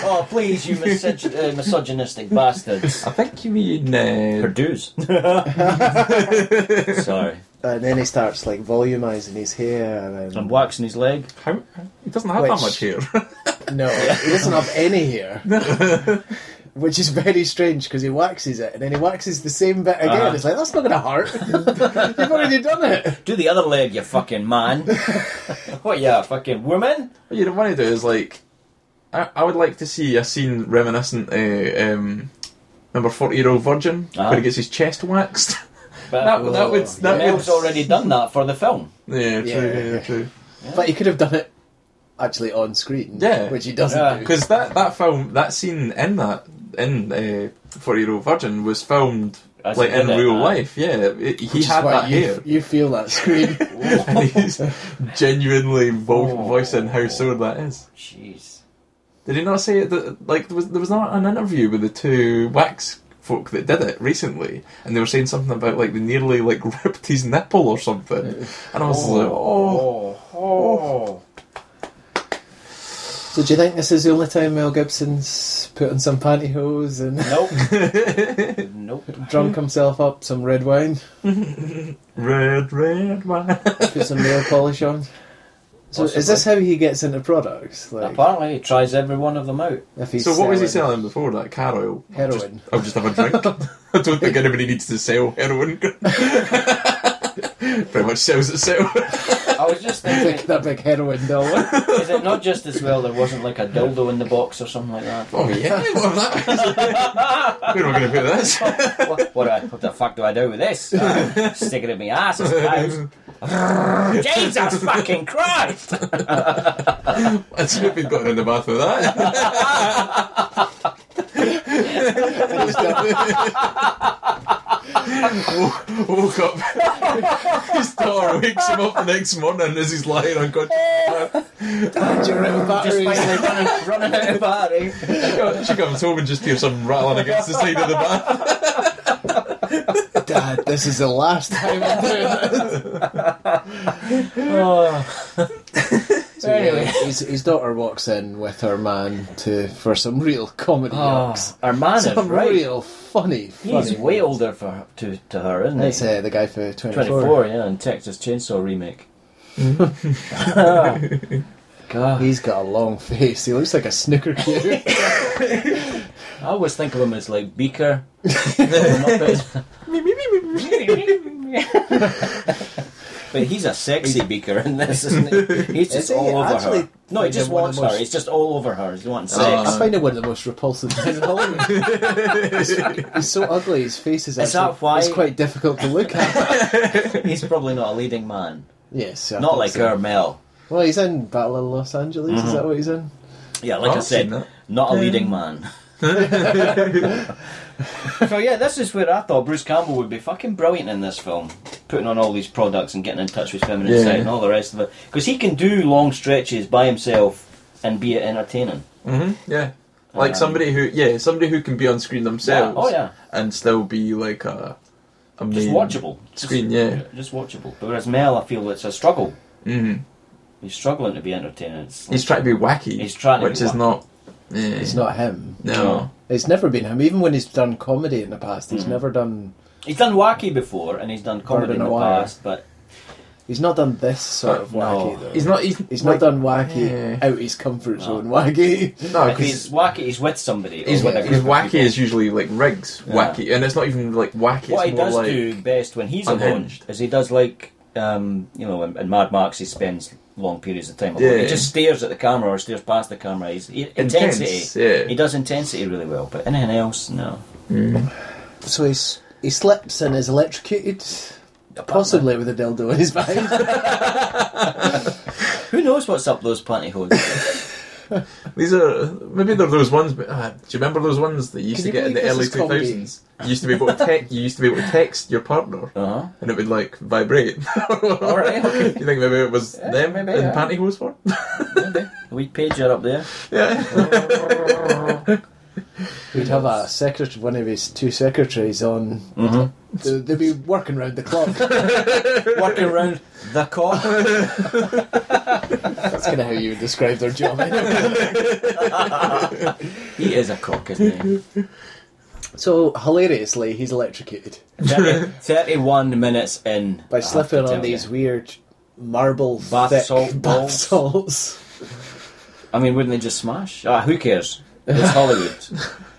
Speaker 2: Oh, please, you misog- uh, misogynistic bastards.
Speaker 1: I think you mean. Uh,
Speaker 2: Her dues. Sorry.
Speaker 3: And then he starts like volumizing his hair and
Speaker 2: I'm
Speaker 3: then
Speaker 2: waxing his leg.
Speaker 1: how, he doesn't have that
Speaker 3: Which-
Speaker 1: much hair.
Speaker 3: no, he doesn't have any hair, which is very strange because he waxes it and then he waxes the same bit again.
Speaker 2: Uh-huh.
Speaker 3: It's like that's not going to hurt. You've already done it.
Speaker 2: Do the other leg, you fucking man. what, yeah, fucking woman?
Speaker 1: What you want to do is like, I, I would like to see a scene reminiscent uh, um, number forty year old virgin
Speaker 2: Ah.
Speaker 1: where he gets his chest waxed.
Speaker 2: But
Speaker 1: that, would- that would
Speaker 3: Oh,
Speaker 1: that
Speaker 2: Mel's already done that for the film.
Speaker 1: would yeah true
Speaker 3: Yeah.
Speaker 1: yeah, true
Speaker 3: But he could have done it actually on screen,
Speaker 1: Yeah.
Speaker 3: which he doesn't
Speaker 2: Yeah.
Speaker 3: do.
Speaker 1: because that that film that scene in that in forty year old virgin was filmed
Speaker 2: As
Speaker 1: like
Speaker 2: he
Speaker 1: in
Speaker 2: did it,
Speaker 1: real
Speaker 2: uh,
Speaker 1: life yeah it- he
Speaker 3: Which is
Speaker 1: had
Speaker 3: why
Speaker 1: that
Speaker 3: you,
Speaker 1: hair
Speaker 3: you feel that screen.
Speaker 1: and he's genuinely vo-
Speaker 2: Oh.
Speaker 1: voicing how sore that is.
Speaker 2: Jeez.
Speaker 1: Did he not say it that like there was there was not an interview with the two wax folk that did it recently, and they were saying something about like they nearly like ripped his nipple or
Speaker 3: Oh.
Speaker 1: something, and I was like, oh,
Speaker 2: oh.
Speaker 3: So do you think this is the only time Mel Gibson's put on some pantyhose and
Speaker 2: Nope.
Speaker 1: oh.
Speaker 2: nope.
Speaker 3: drunk himself up some red wine,
Speaker 1: Red, red wine.
Speaker 3: put some nail polish on? So is this how he gets into products? Like
Speaker 2: Apparently, he tries every one of them out.
Speaker 3: if he's
Speaker 1: so what was he
Speaker 3: selling
Speaker 1: selling before that? Car oil.
Speaker 3: Heroin.
Speaker 1: I'll just have a drink. I don't think anybody needs to sell heroin. Pretty much sells itself.
Speaker 2: I was just
Speaker 3: Big-
Speaker 2: thinking,
Speaker 3: that big heroin dollar.
Speaker 2: is it not just as well there wasn't like a dildo in the box or something like that?
Speaker 1: Oh yeah, what have that? Where am I going to put this?
Speaker 2: What, uh, what, do I- what the fuck do I do with this? Uh, stick it in my ass, I suppose. Jesus fucking Christ!
Speaker 1: I'd see if he'd gotten in the bath with that. Wo- Woke up. His daughter wakes him up the next morning as he's lying unconscious.
Speaker 3: Do you remember
Speaker 2: Just
Speaker 3: batteries?
Speaker 2: finally running, running out of battery.
Speaker 1: She comes home and just hears some rattling against the side of the bath.
Speaker 3: Dad, this is the last time I'm doing this. Oh. So anyway, his, his daughter walks in with her man to for some real comedy
Speaker 2: Oh,
Speaker 3: jokes.
Speaker 2: our man is
Speaker 3: Some
Speaker 2: right.
Speaker 3: real funny, funny.
Speaker 2: He's way older for to, to her, isn't
Speaker 3: That's
Speaker 2: he?
Speaker 3: uh, the guy for 24.
Speaker 2: 24, yeah, in Texas Chainsaw Remake.
Speaker 3: Mm.
Speaker 2: God,
Speaker 3: He's got a long face. He looks like a snooker cue.
Speaker 2: I always think of him as like Beaker. from the Muppets. but he's a sexy Beaker in this, isn't he? He's just
Speaker 3: Is he?
Speaker 2: all over
Speaker 3: Actually,
Speaker 2: her. No, he
Speaker 3: he's
Speaker 2: just
Speaker 3: one of
Speaker 2: wants
Speaker 3: the most- Oh.
Speaker 2: her. He's just all over her. He's wanting sex.
Speaker 3: I find him one of the most repulsive men in Hollywood. he's, he's so ugly. His face is,
Speaker 2: Is
Speaker 3: actually
Speaker 2: that why-
Speaker 3: it's quite difficult to look at.
Speaker 2: he's probably not a leading man.
Speaker 3: yes, I
Speaker 2: Not
Speaker 3: think
Speaker 2: like
Speaker 3: so.
Speaker 1: um,
Speaker 2: her Mel.
Speaker 3: Well, he's in Battle of Los Angeles.
Speaker 1: Mm-hmm.
Speaker 3: Is that what he's in?
Speaker 2: Yeah, like i
Speaker 1: I've
Speaker 2: said,
Speaker 1: seen that.
Speaker 2: not a leading man. so yeah, this is where I thought Bruce Campbell would be fucking brilliant in this film, putting on all these products and getting in touch with feminine
Speaker 1: Yeah.
Speaker 2: side and all the rest of it, because he can do long stretches by himself and be it entertaining.
Speaker 1: hmm yeah. Like
Speaker 2: Um,
Speaker 1: somebody who, yeah, somebody who can be on screen themselves
Speaker 2: Yeah, oh, yeah.
Speaker 1: and still be like a, a
Speaker 2: Just
Speaker 1: main
Speaker 2: watchable.
Speaker 1: screen,
Speaker 2: just,
Speaker 1: yeah.
Speaker 2: Just watchable. But whereas Mel, I feel it's a struggle.
Speaker 1: hmm
Speaker 2: He's struggling to be entertaining. It's
Speaker 1: He's trying to be wacky,
Speaker 2: He's trying to be
Speaker 1: which is
Speaker 2: wacky.
Speaker 1: not. Yeah.
Speaker 3: It's not him.
Speaker 1: No.
Speaker 3: It's never been him. Even when he's done comedy in the past,
Speaker 1: Mm.
Speaker 3: he's never done.
Speaker 2: he's done wacky before and he's done comedy
Speaker 3: Burden
Speaker 2: in the
Speaker 3: of Wire.
Speaker 2: past, but
Speaker 3: He's not done this sort of
Speaker 1: No.
Speaker 3: wacky though.
Speaker 1: He's not. He's,
Speaker 3: He's not
Speaker 1: like-
Speaker 3: done wacky
Speaker 1: Yeah.
Speaker 3: out his comfort zone wacky.
Speaker 1: No,
Speaker 2: if
Speaker 1: because
Speaker 2: he's oh, wacky, he's with somebody. or
Speaker 1: Oh, He's,
Speaker 2: with a
Speaker 3: Yeah.
Speaker 2: group
Speaker 1: he's
Speaker 2: of
Speaker 1: wacky
Speaker 2: people.
Speaker 1: is usually like rigs wacky, and it's not even like wacky.
Speaker 2: what
Speaker 1: it's
Speaker 2: he
Speaker 1: more
Speaker 2: does
Speaker 1: like
Speaker 2: do best when he's
Speaker 1: unhinged.
Speaker 2: alone is he does like um, you know in, in Mad Max he spends long periods of time alone.
Speaker 1: Yeah.
Speaker 2: he just stares at the camera or stares past the camera he's he,
Speaker 1: Intense,
Speaker 2: intensity
Speaker 1: yeah.
Speaker 2: he does intensity really well but anything else no
Speaker 3: So he's he slips and is electrocuted, possibly with a dildo in his back.
Speaker 2: who knows what's up those pantyhose
Speaker 1: these are maybe they're those ones. But, uh, do you remember those ones that you used
Speaker 3: Can
Speaker 1: to
Speaker 3: you
Speaker 1: get in the
Speaker 3: believe this
Speaker 1: early
Speaker 3: is
Speaker 1: two
Speaker 3: comedy?
Speaker 1: thousands? You used to be able to te- you used to be able to text your partner,
Speaker 2: uh-huh.
Speaker 1: and it would like vibrate.
Speaker 2: all right okay
Speaker 1: you think maybe it was
Speaker 2: Yeah,
Speaker 1: them
Speaker 2: maybe,
Speaker 1: in
Speaker 2: yeah.
Speaker 1: pantyhose form?
Speaker 2: maybe a wee pager up there
Speaker 1: yeah,
Speaker 3: He'd have a secretary, one of his two secretaries on.
Speaker 1: Mm-hmm.
Speaker 3: They- They'd be working round the clock.
Speaker 2: working around the cock
Speaker 3: That's kind of how you would describe their job. anyway.
Speaker 2: he is a cock isn't he
Speaker 3: so hilariously, he's electrocuted
Speaker 2: 30, 31 minutes in I
Speaker 3: by
Speaker 2: have
Speaker 3: slipping
Speaker 2: to
Speaker 3: on
Speaker 2: tell
Speaker 3: these
Speaker 2: you.
Speaker 3: weird marble
Speaker 2: Bath
Speaker 3: thick
Speaker 2: salt
Speaker 3: bath
Speaker 2: balls.
Speaker 3: salts.
Speaker 2: I mean, wouldn't they just smash? Ah, who cares? It's Hollywood.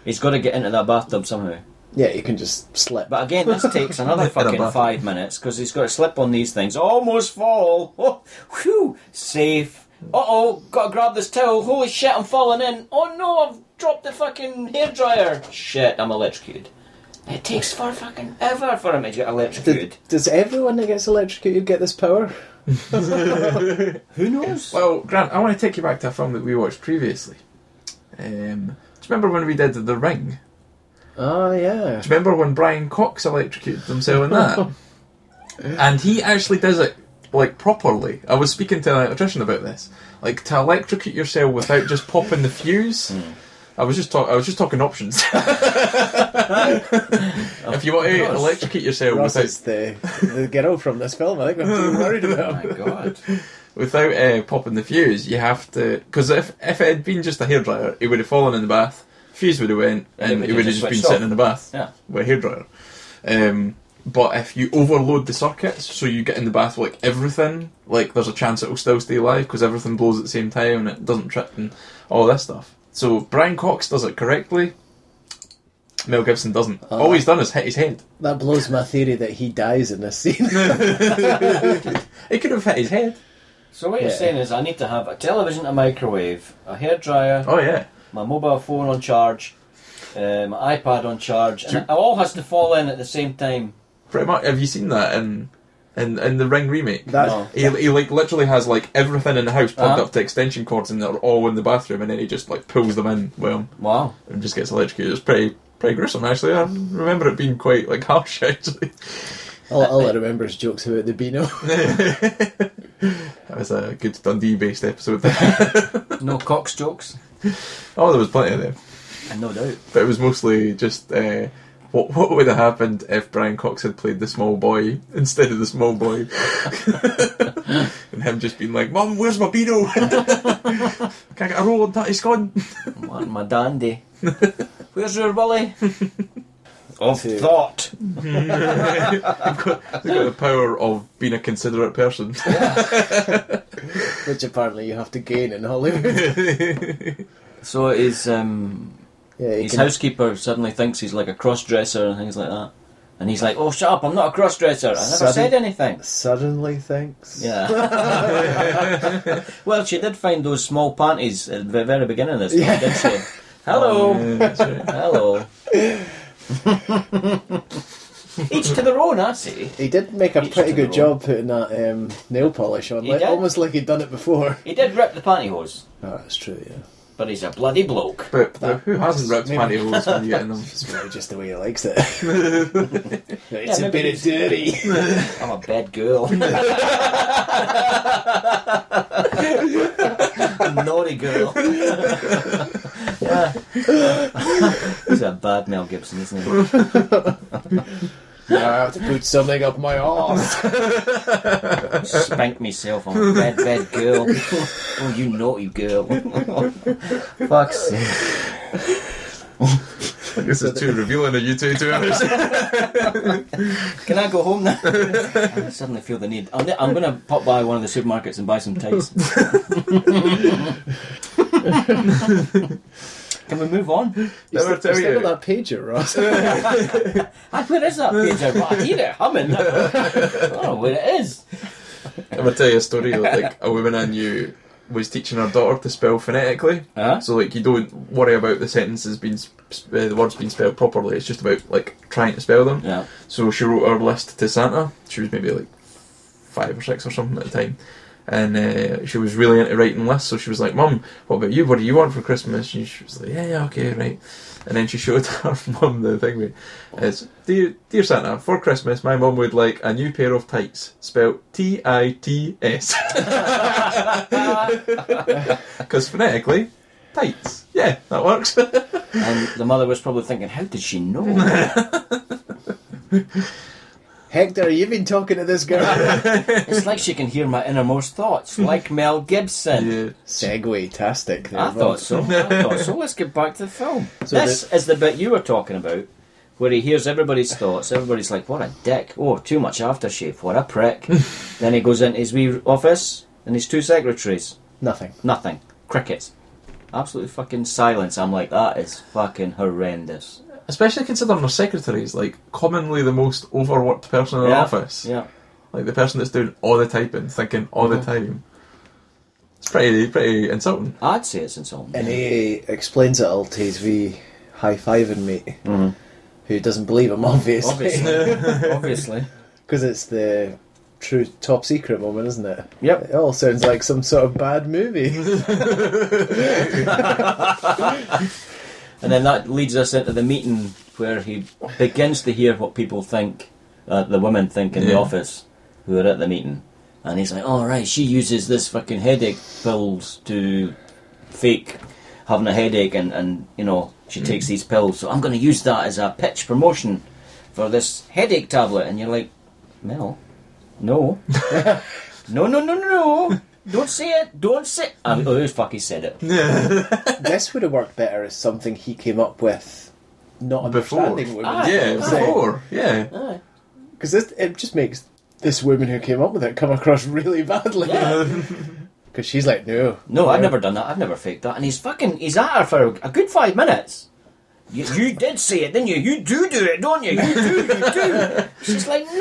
Speaker 2: He's got to get into that bathtub somehow.
Speaker 3: Yeah, you can just slip.
Speaker 2: But again, this takes another fucking
Speaker 1: bath.
Speaker 2: five minutes because he's got to slip on these things. Almost fall. Oh, whew, safe. Uh oh, gotta grab this towel. Holy shit, I'm falling in. Oh no, I've dropped the fucking hairdryer. Shit, I'm electrocuted. It takes for fucking ever for him to get electrocuted.
Speaker 3: Does everyone that gets electrocuted get this power?
Speaker 2: Who knows?
Speaker 1: Well, Grant, I want to take you back to a film that we watched previously. Um, do you remember when we did The Ring?
Speaker 3: Oh yeah.
Speaker 1: Do you remember when Brian Cox electrocuted himself in that? and he actually does it like properly. I was speaking to an electrician about this. Like to electrocute yourself without just popping the fuse. I was just talk- I was just talking options. if you want to
Speaker 2: course.
Speaker 1: electrocute yourself
Speaker 3: Ross
Speaker 1: without
Speaker 3: is the, the girl from this film. I think we're too worried about
Speaker 2: my
Speaker 3: him.
Speaker 2: god.
Speaker 1: without uh, popping the fuse, you have to because if if it had been just a hairdryer, it would have fallen in the bath, fuse would have went,
Speaker 2: And it
Speaker 1: and
Speaker 2: would
Speaker 1: it would have
Speaker 2: have just
Speaker 1: just been
Speaker 2: switched
Speaker 1: sitting
Speaker 2: off.
Speaker 1: in the bath
Speaker 2: Yeah.
Speaker 1: with a hairdryer. Um, but if you overload the circuits, so you get in the bath like everything, like there's a chance it will still stay alive because everything blows at the same time and it doesn't trip and all this stuff. So Brian Cox does it correctly. Mel Gibson doesn't.
Speaker 2: Oh,
Speaker 1: all he's done is hit his head.
Speaker 3: That blows my theory that he dies in this scene.
Speaker 1: He could have hit his head.
Speaker 2: So what you're
Speaker 3: Yeah.
Speaker 2: saying is I need to have a television, a microwave, a hairdryer,
Speaker 1: Oh yeah.
Speaker 2: my mobile phone on charge, uh, my iPad on charge, and it all has to fall in at the same time.
Speaker 1: Pretty much. Have you seen that in in, in the Ring remake?
Speaker 3: That
Speaker 2: No.
Speaker 1: he, he like literally has like everything in the house plugged
Speaker 2: Uh-huh.
Speaker 1: up to extension cords, and they're all in the bathroom, and then he just like pulls them in with him
Speaker 2: Wow.
Speaker 1: and just gets electrocuted. It's pretty pretty gruesome actually. I remember it being quite like harsh actually.
Speaker 3: all, all I remember is jokes about the Beano.
Speaker 1: that was a good Dundee based episode.
Speaker 2: No Cox jokes.
Speaker 1: oh, there was plenty of them,
Speaker 2: And no doubt.
Speaker 1: but it was mostly just. Uh, what, what would have happened if Brian Cox had played the small boy instead of the small boy? and him just being like, Mum, where's my Beano? Can I get a roll on that? He's gone.
Speaker 2: My, my dandy. Where's your bully? of
Speaker 3: Two.
Speaker 2: thought.
Speaker 1: They've got the power of being a considerate person.
Speaker 3: which apparently you have to gain in Hollywood.
Speaker 2: So his um,
Speaker 3: Yeah, he
Speaker 2: his
Speaker 3: can-
Speaker 2: housekeeper suddenly thinks he's like a cross dresser and things like that, and he's like, "Oh, shut up! I'm not a cross dresser. I never
Speaker 3: Sudden-
Speaker 2: said anything."
Speaker 3: suddenly thinks.
Speaker 2: Yeah. well, she did find those small panties at the very beginning of this,
Speaker 3: Yeah.
Speaker 2: did she? Hello,
Speaker 1: Yeah, that's right.
Speaker 2: hello. Each to their own, I see.
Speaker 3: He did make a
Speaker 2: Each
Speaker 3: pretty
Speaker 2: to their
Speaker 3: good job putting that um, nail polish on,
Speaker 2: He
Speaker 3: like,
Speaker 2: did.
Speaker 3: almost like he'd done it before.
Speaker 2: He did rip the pantyhose,
Speaker 3: Oh, that's true, yeah.
Speaker 2: but he's a bloody bloke.
Speaker 1: But who hasn't ripped
Speaker 3: Maybe-
Speaker 1: pantyhose when you get in them?
Speaker 3: It's probably just the way he likes it.
Speaker 2: Yeah,
Speaker 3: it's a
Speaker 2: maybe
Speaker 3: bit of
Speaker 2: he's-
Speaker 3: dirty.
Speaker 2: I'm a bad girl. Naughty girl. yeah. He's a bad Mel Gibson, isn't he?
Speaker 3: now I have to put something up my arse.
Speaker 2: Spank myself. I'm a bad, bad girl. oh, you naughty girl. Fuck's sake.
Speaker 1: This is too revealing of you two to be honest.
Speaker 2: Can I go home now? I suddenly feel the need. I'm, I'm going to pop by one of the supermarkets and buy some ties. Can we move on?
Speaker 3: You
Speaker 1: Never
Speaker 3: still-
Speaker 1: tell
Speaker 3: you still
Speaker 1: you.
Speaker 3: got that pager, Ross.
Speaker 2: I, where is that pager? But I hear it humming. I don't know where it is.
Speaker 1: I'm gonna tell you a story like a woman I knew was teaching her daughter to spell phonetically.
Speaker 2: Uh-huh.
Speaker 1: So like you don't worry about the sentences being sp- uh, the words being spelled properly. It's just about like trying to spell them.
Speaker 2: Yeah.
Speaker 1: So she wrote her list to Santa. She was maybe like five or six or something at the time. And uh, she was really into writing lists, so she was like, Mum, what about you? What do you want for Christmas? And she was like, Yeah, yeah, okay, right. And then she showed her mum the thing with it's Dear Dear Santa, for Christmas my mum would like a new pair of tights, spelled T I T S. Because phonetically, tights. Yeah, that works.
Speaker 2: And the mother was probably thinking, how did she know?
Speaker 3: Hector, you've been talking to this girl.
Speaker 2: it's like she can hear my innermost thoughts, like Mel Gibson.
Speaker 1: yeah.
Speaker 3: Segway-tastic. There,
Speaker 2: I
Speaker 3: Ross.
Speaker 2: thought so. I thought so. Let's get back to the film.
Speaker 3: So
Speaker 2: this is the bit you were talking about, where he hears everybody's thoughts. Everybody's like, "What a dick! Oh, too much aftershave! What a prick!" then he goes into his wee office and his two secretaries.
Speaker 3: Nothing.
Speaker 2: Nothing. Crickets. Absolute fucking silence. I'm like, that is fucking horrendous.
Speaker 1: Especially considering her secretary is like commonly the most overworked person in the
Speaker 2: Yeah.
Speaker 1: office.
Speaker 2: Yeah.
Speaker 1: Like the person that's doing all the typing, thinking all the time. It's pretty pretty insulting.
Speaker 2: I'd say it's insulting.
Speaker 3: And he explains it all to his wee high-fiving mate, who doesn't believe him, obviously.
Speaker 2: Mm-hmm. Obviously. Obviously.
Speaker 3: Because it's the true top secret moment, isn't it?
Speaker 2: Yep.
Speaker 3: It all sounds like some sort of bad movie.
Speaker 2: And then that leads us into the meeting where he begins to hear what people think, uh, the women think in the
Speaker 1: Yeah.
Speaker 2: office who are at the meeting. And he's like, all right, she uses this fucking headache pills to fake having a headache and, and you know, she takes these pills. So I'm going to use that as a pitch promotion for this headache tablet. And you're like, Mel, no. no, no, no, no, no. Don't say it. Don't say. I mean, who fucking said it?
Speaker 3: this would have worked better as something he came up with, not
Speaker 1: Before.
Speaker 3: understanding women.
Speaker 2: Aye.
Speaker 1: yeah, before. Yeah.
Speaker 2: Aye.
Speaker 3: Because it just makes this woman who came up with it come across really badly.
Speaker 2: Yeah.
Speaker 3: Because she's like, no.
Speaker 2: No, I've never done that. I've never faked that. And he's fucking. He's at her for a good five minutes. You, you did say it, didn't you? You do do it, don't you? You do, you do. She's like, no,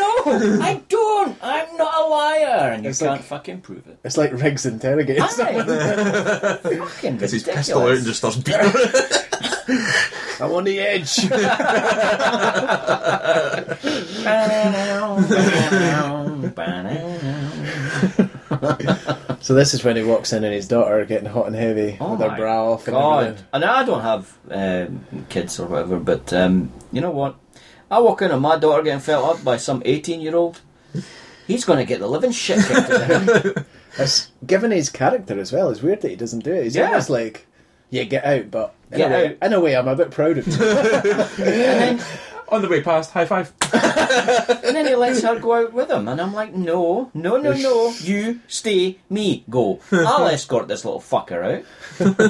Speaker 2: I don't. I'm not a liar, and you
Speaker 3: It's
Speaker 2: can't
Speaker 3: like-
Speaker 2: fucking prove it.
Speaker 3: It's like Riggs interrogating someone.
Speaker 2: Aye. fucking
Speaker 1: Because he's pistol out and
Speaker 2: ridiculous.
Speaker 1: just starts beating her.
Speaker 3: I'm on the edge. so this is when he walks in and his daughter are getting hot and heavy
Speaker 2: Oh
Speaker 3: with her
Speaker 2: my
Speaker 3: bra off and
Speaker 2: God,
Speaker 3: everything.
Speaker 2: and I don't have um, kids or whatever, but um, you know what? I walk in and my daughter getting felt up by some eighteen-year-old. He's going to get the living shit kicked out of him.
Speaker 3: It's, given his character as well, it's weird that he doesn't do it. He's
Speaker 2: Yeah.
Speaker 3: almost like, yeah, get out, but in,
Speaker 2: Get
Speaker 3: a way,
Speaker 2: out.
Speaker 3: in a way, I'm a bit proud of you.
Speaker 2: and then
Speaker 1: On the way past, high five.
Speaker 2: and then he lets her go out with him, and I'm like, no, no, no, no, you stay, me go. I'll escort this little fucker out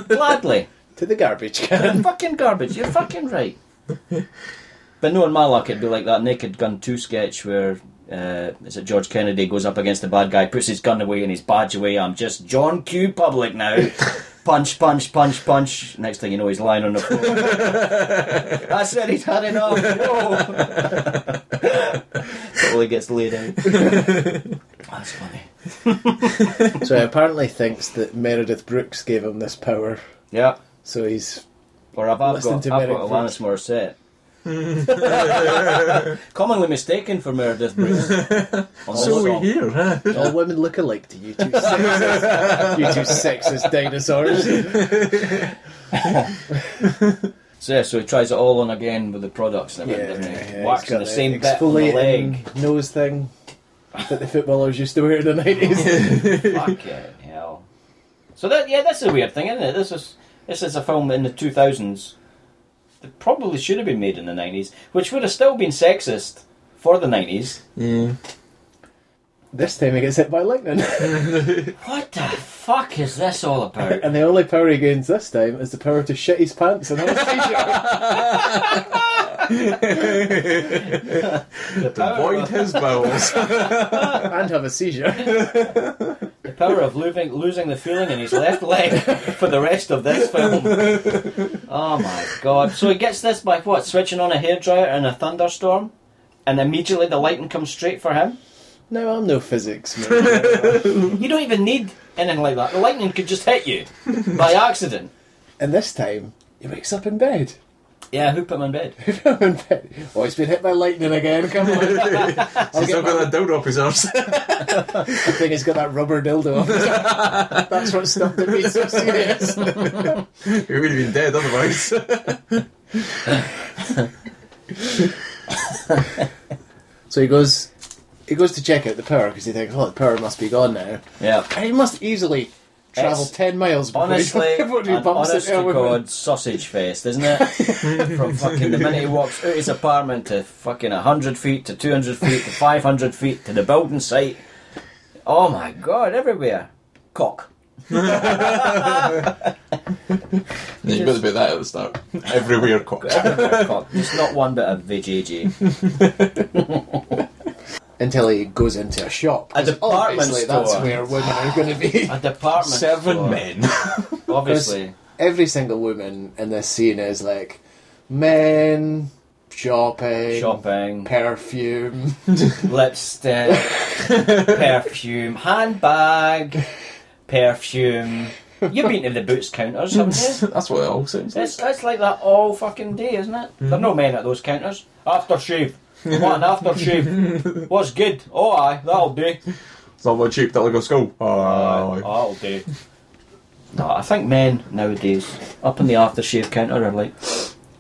Speaker 2: gladly.
Speaker 3: to the garbage can.
Speaker 2: fucking garbage. You're fucking right. but knowing my luck, it'd be like that Naked Gun 2 sketch where, uh, is it George Kennedy goes up against the bad guy, puts his gun away and his badge away. I'm just John Q. Public now. punch, punch, punch, punch. Next thing you know, he's lying on the floor. I said he's had enough. Whoa. totally gets laid out. That's funny.
Speaker 3: so he apparently thinks that Meredith Brooks gave him this power.
Speaker 2: Yeah.
Speaker 3: So he's
Speaker 2: Or have I
Speaker 3: Listen
Speaker 2: got, I've
Speaker 3: to
Speaker 2: got
Speaker 3: Merrick
Speaker 2: Alanis Morissette? Commonly mistaken for Meredith Brooks. On this
Speaker 1: So we
Speaker 2: song.
Speaker 1: hear, huh?
Speaker 3: all women look alike to you two sexist, you two sexist dinosaurs.
Speaker 2: So, yeah, so he tries it all on again with the products and
Speaker 3: Yeah,
Speaker 2: everything, doesn't he?
Speaker 3: yeah, he's
Speaker 2: Waxing
Speaker 3: got
Speaker 2: the
Speaker 3: that
Speaker 2: same bit on the leg.
Speaker 3: exfoliating nose thing that the footballers used to wear in the nineties.
Speaker 2: Fucking hell. So that yeah, that's a weird thing, isn't it? This is this is a film in the two thousands that probably should have been made in the nineties, which would have still been sexist for the nineties.
Speaker 1: Yeah.
Speaker 3: this time he gets hit by lightning,
Speaker 2: What the fuck is this all about?
Speaker 3: and the only power he gains this time is the power to shit his pants and on his t-shirt.
Speaker 2: power
Speaker 1: Void
Speaker 2: of-
Speaker 1: his bowels.
Speaker 3: and have a seizure.
Speaker 2: The power of losing, losing the feeling in his left leg for the rest of this film. Oh my god. So he gets this by what? Switching on a hairdryer in a thunderstorm? And immediately the lightning comes straight for him?
Speaker 3: No, I'm no physics man.
Speaker 2: You don't even need anything like that. The lightning could just hit you by accident.
Speaker 3: and this time he wakes up in bed.
Speaker 2: Yeah, who put him in bed?
Speaker 3: in bed. Oh, he's been hit by lightning again. Come on.
Speaker 1: He's
Speaker 3: get
Speaker 1: not got that dildo up his arse.
Speaker 3: I think he's got that rubber dildo. on his arm. That's what stumped him. He's so serious.
Speaker 1: he would have been dead otherwise.
Speaker 3: So he goes, he goes to check out the power because he thinks, oh, the power must be gone now.
Speaker 2: Yeah.
Speaker 3: And he must easily travel
Speaker 2: It's-
Speaker 3: ten miles. Before
Speaker 2: Honestly,
Speaker 3: he, before he
Speaker 2: an
Speaker 3: bumps
Speaker 2: honest
Speaker 3: into a
Speaker 2: to
Speaker 3: woman.
Speaker 2: God sausage fest, isn't it? From fucking the minute he walks out his apartment to fucking 100 feet to 200 feet to 500 feet to the building site. Oh my god, everywhere. Cock.
Speaker 1: Yeah, you better be that at the start. Everywhere cock.
Speaker 2: Everywhere cock. There's not one bit of VJJ.
Speaker 3: until he goes into a shop.
Speaker 2: A
Speaker 3: 'Cause
Speaker 2: department
Speaker 3: obviously That's
Speaker 2: store.
Speaker 3: where women are going to be.
Speaker 2: A department. store,
Speaker 1: Seven men.
Speaker 2: Obviously.
Speaker 3: Every single woman in this scene is like, men, shopping,
Speaker 2: Shopping,
Speaker 3: perfume.
Speaker 2: lipstick, perfume, handbag, perfume. You've been to the boots counters, haven't you?
Speaker 1: That's what it all sounds like.
Speaker 2: It's, it's like that all fucking day, isn't it? There are no men at those counters. Aftershave. What an aftershave. What's good? Oh, aye, that'll do.
Speaker 1: It's not much cheap, that'll go school. Oh,
Speaker 2: Aye,
Speaker 1: aye.
Speaker 2: that'll do. No, I think men nowadays up in the aftershave counter are like,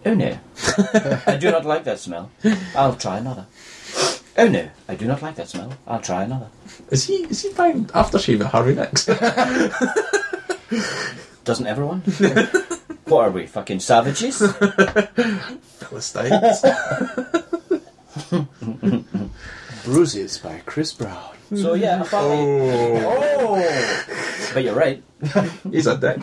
Speaker 2: oh no, I do not like that smell. I'll try another. Oh no, I do not like that smell. I'll try another.
Speaker 1: Is he is he buying aftershave at Harry next?
Speaker 2: Doesn't everyone? what are we, fucking savages?
Speaker 1: Philistines.
Speaker 3: Bruises by Chris Brown.
Speaker 2: so yeah, apparently.
Speaker 1: oh.
Speaker 2: Oh!
Speaker 4: but you're right.
Speaker 1: He's a dick.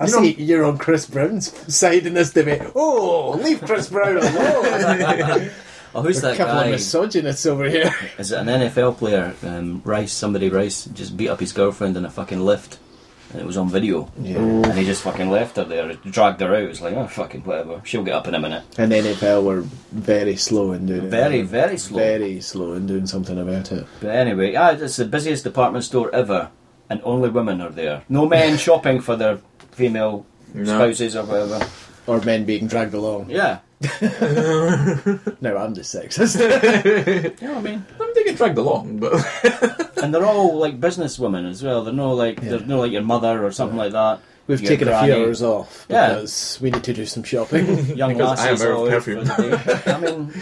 Speaker 3: I
Speaker 1: You
Speaker 3: see you're on Chris Brown's side in this debate. Oh, leave Chris Brown alone.
Speaker 2: Oh, who's
Speaker 3: a
Speaker 2: that
Speaker 3: couple of
Speaker 2: guy?
Speaker 3: misogynists over here.
Speaker 2: Is it an NFL player? Um, Rice, somebody Rice, just beat up his girlfriend in a fucking lift, and it was on video.
Speaker 3: Yeah.
Speaker 2: And
Speaker 4: And he just fucking left her there, dragged her out. It was like, oh, fucking whatever. She'll get up in a minute.
Speaker 3: And NFL were very slow in doing it.
Speaker 2: Very, very slow.
Speaker 3: Very slow in doing something about it.
Speaker 2: But anyway, ah, it's the busiest department store ever, and only women are there. No men shopping for their female
Speaker 1: No.
Speaker 2: spouses or whatever.
Speaker 3: Or men being dragged along.
Speaker 2: Yeah.
Speaker 3: No, I'm just sexist.
Speaker 2: You know what I mean?
Speaker 1: I mean, they get dragged along, but
Speaker 2: And they're all like business women as well. They're no like
Speaker 3: Yeah.
Speaker 2: they're no like your mother or something like that.
Speaker 3: We've
Speaker 2: Your
Speaker 3: taken a
Speaker 2: granny.
Speaker 3: few hours off
Speaker 2: Yeah.
Speaker 3: because we need to do some shopping.
Speaker 2: Young
Speaker 1: Because I am
Speaker 2: lasses
Speaker 1: out of
Speaker 2: all out for
Speaker 1: perfume.
Speaker 2: the day. I mean,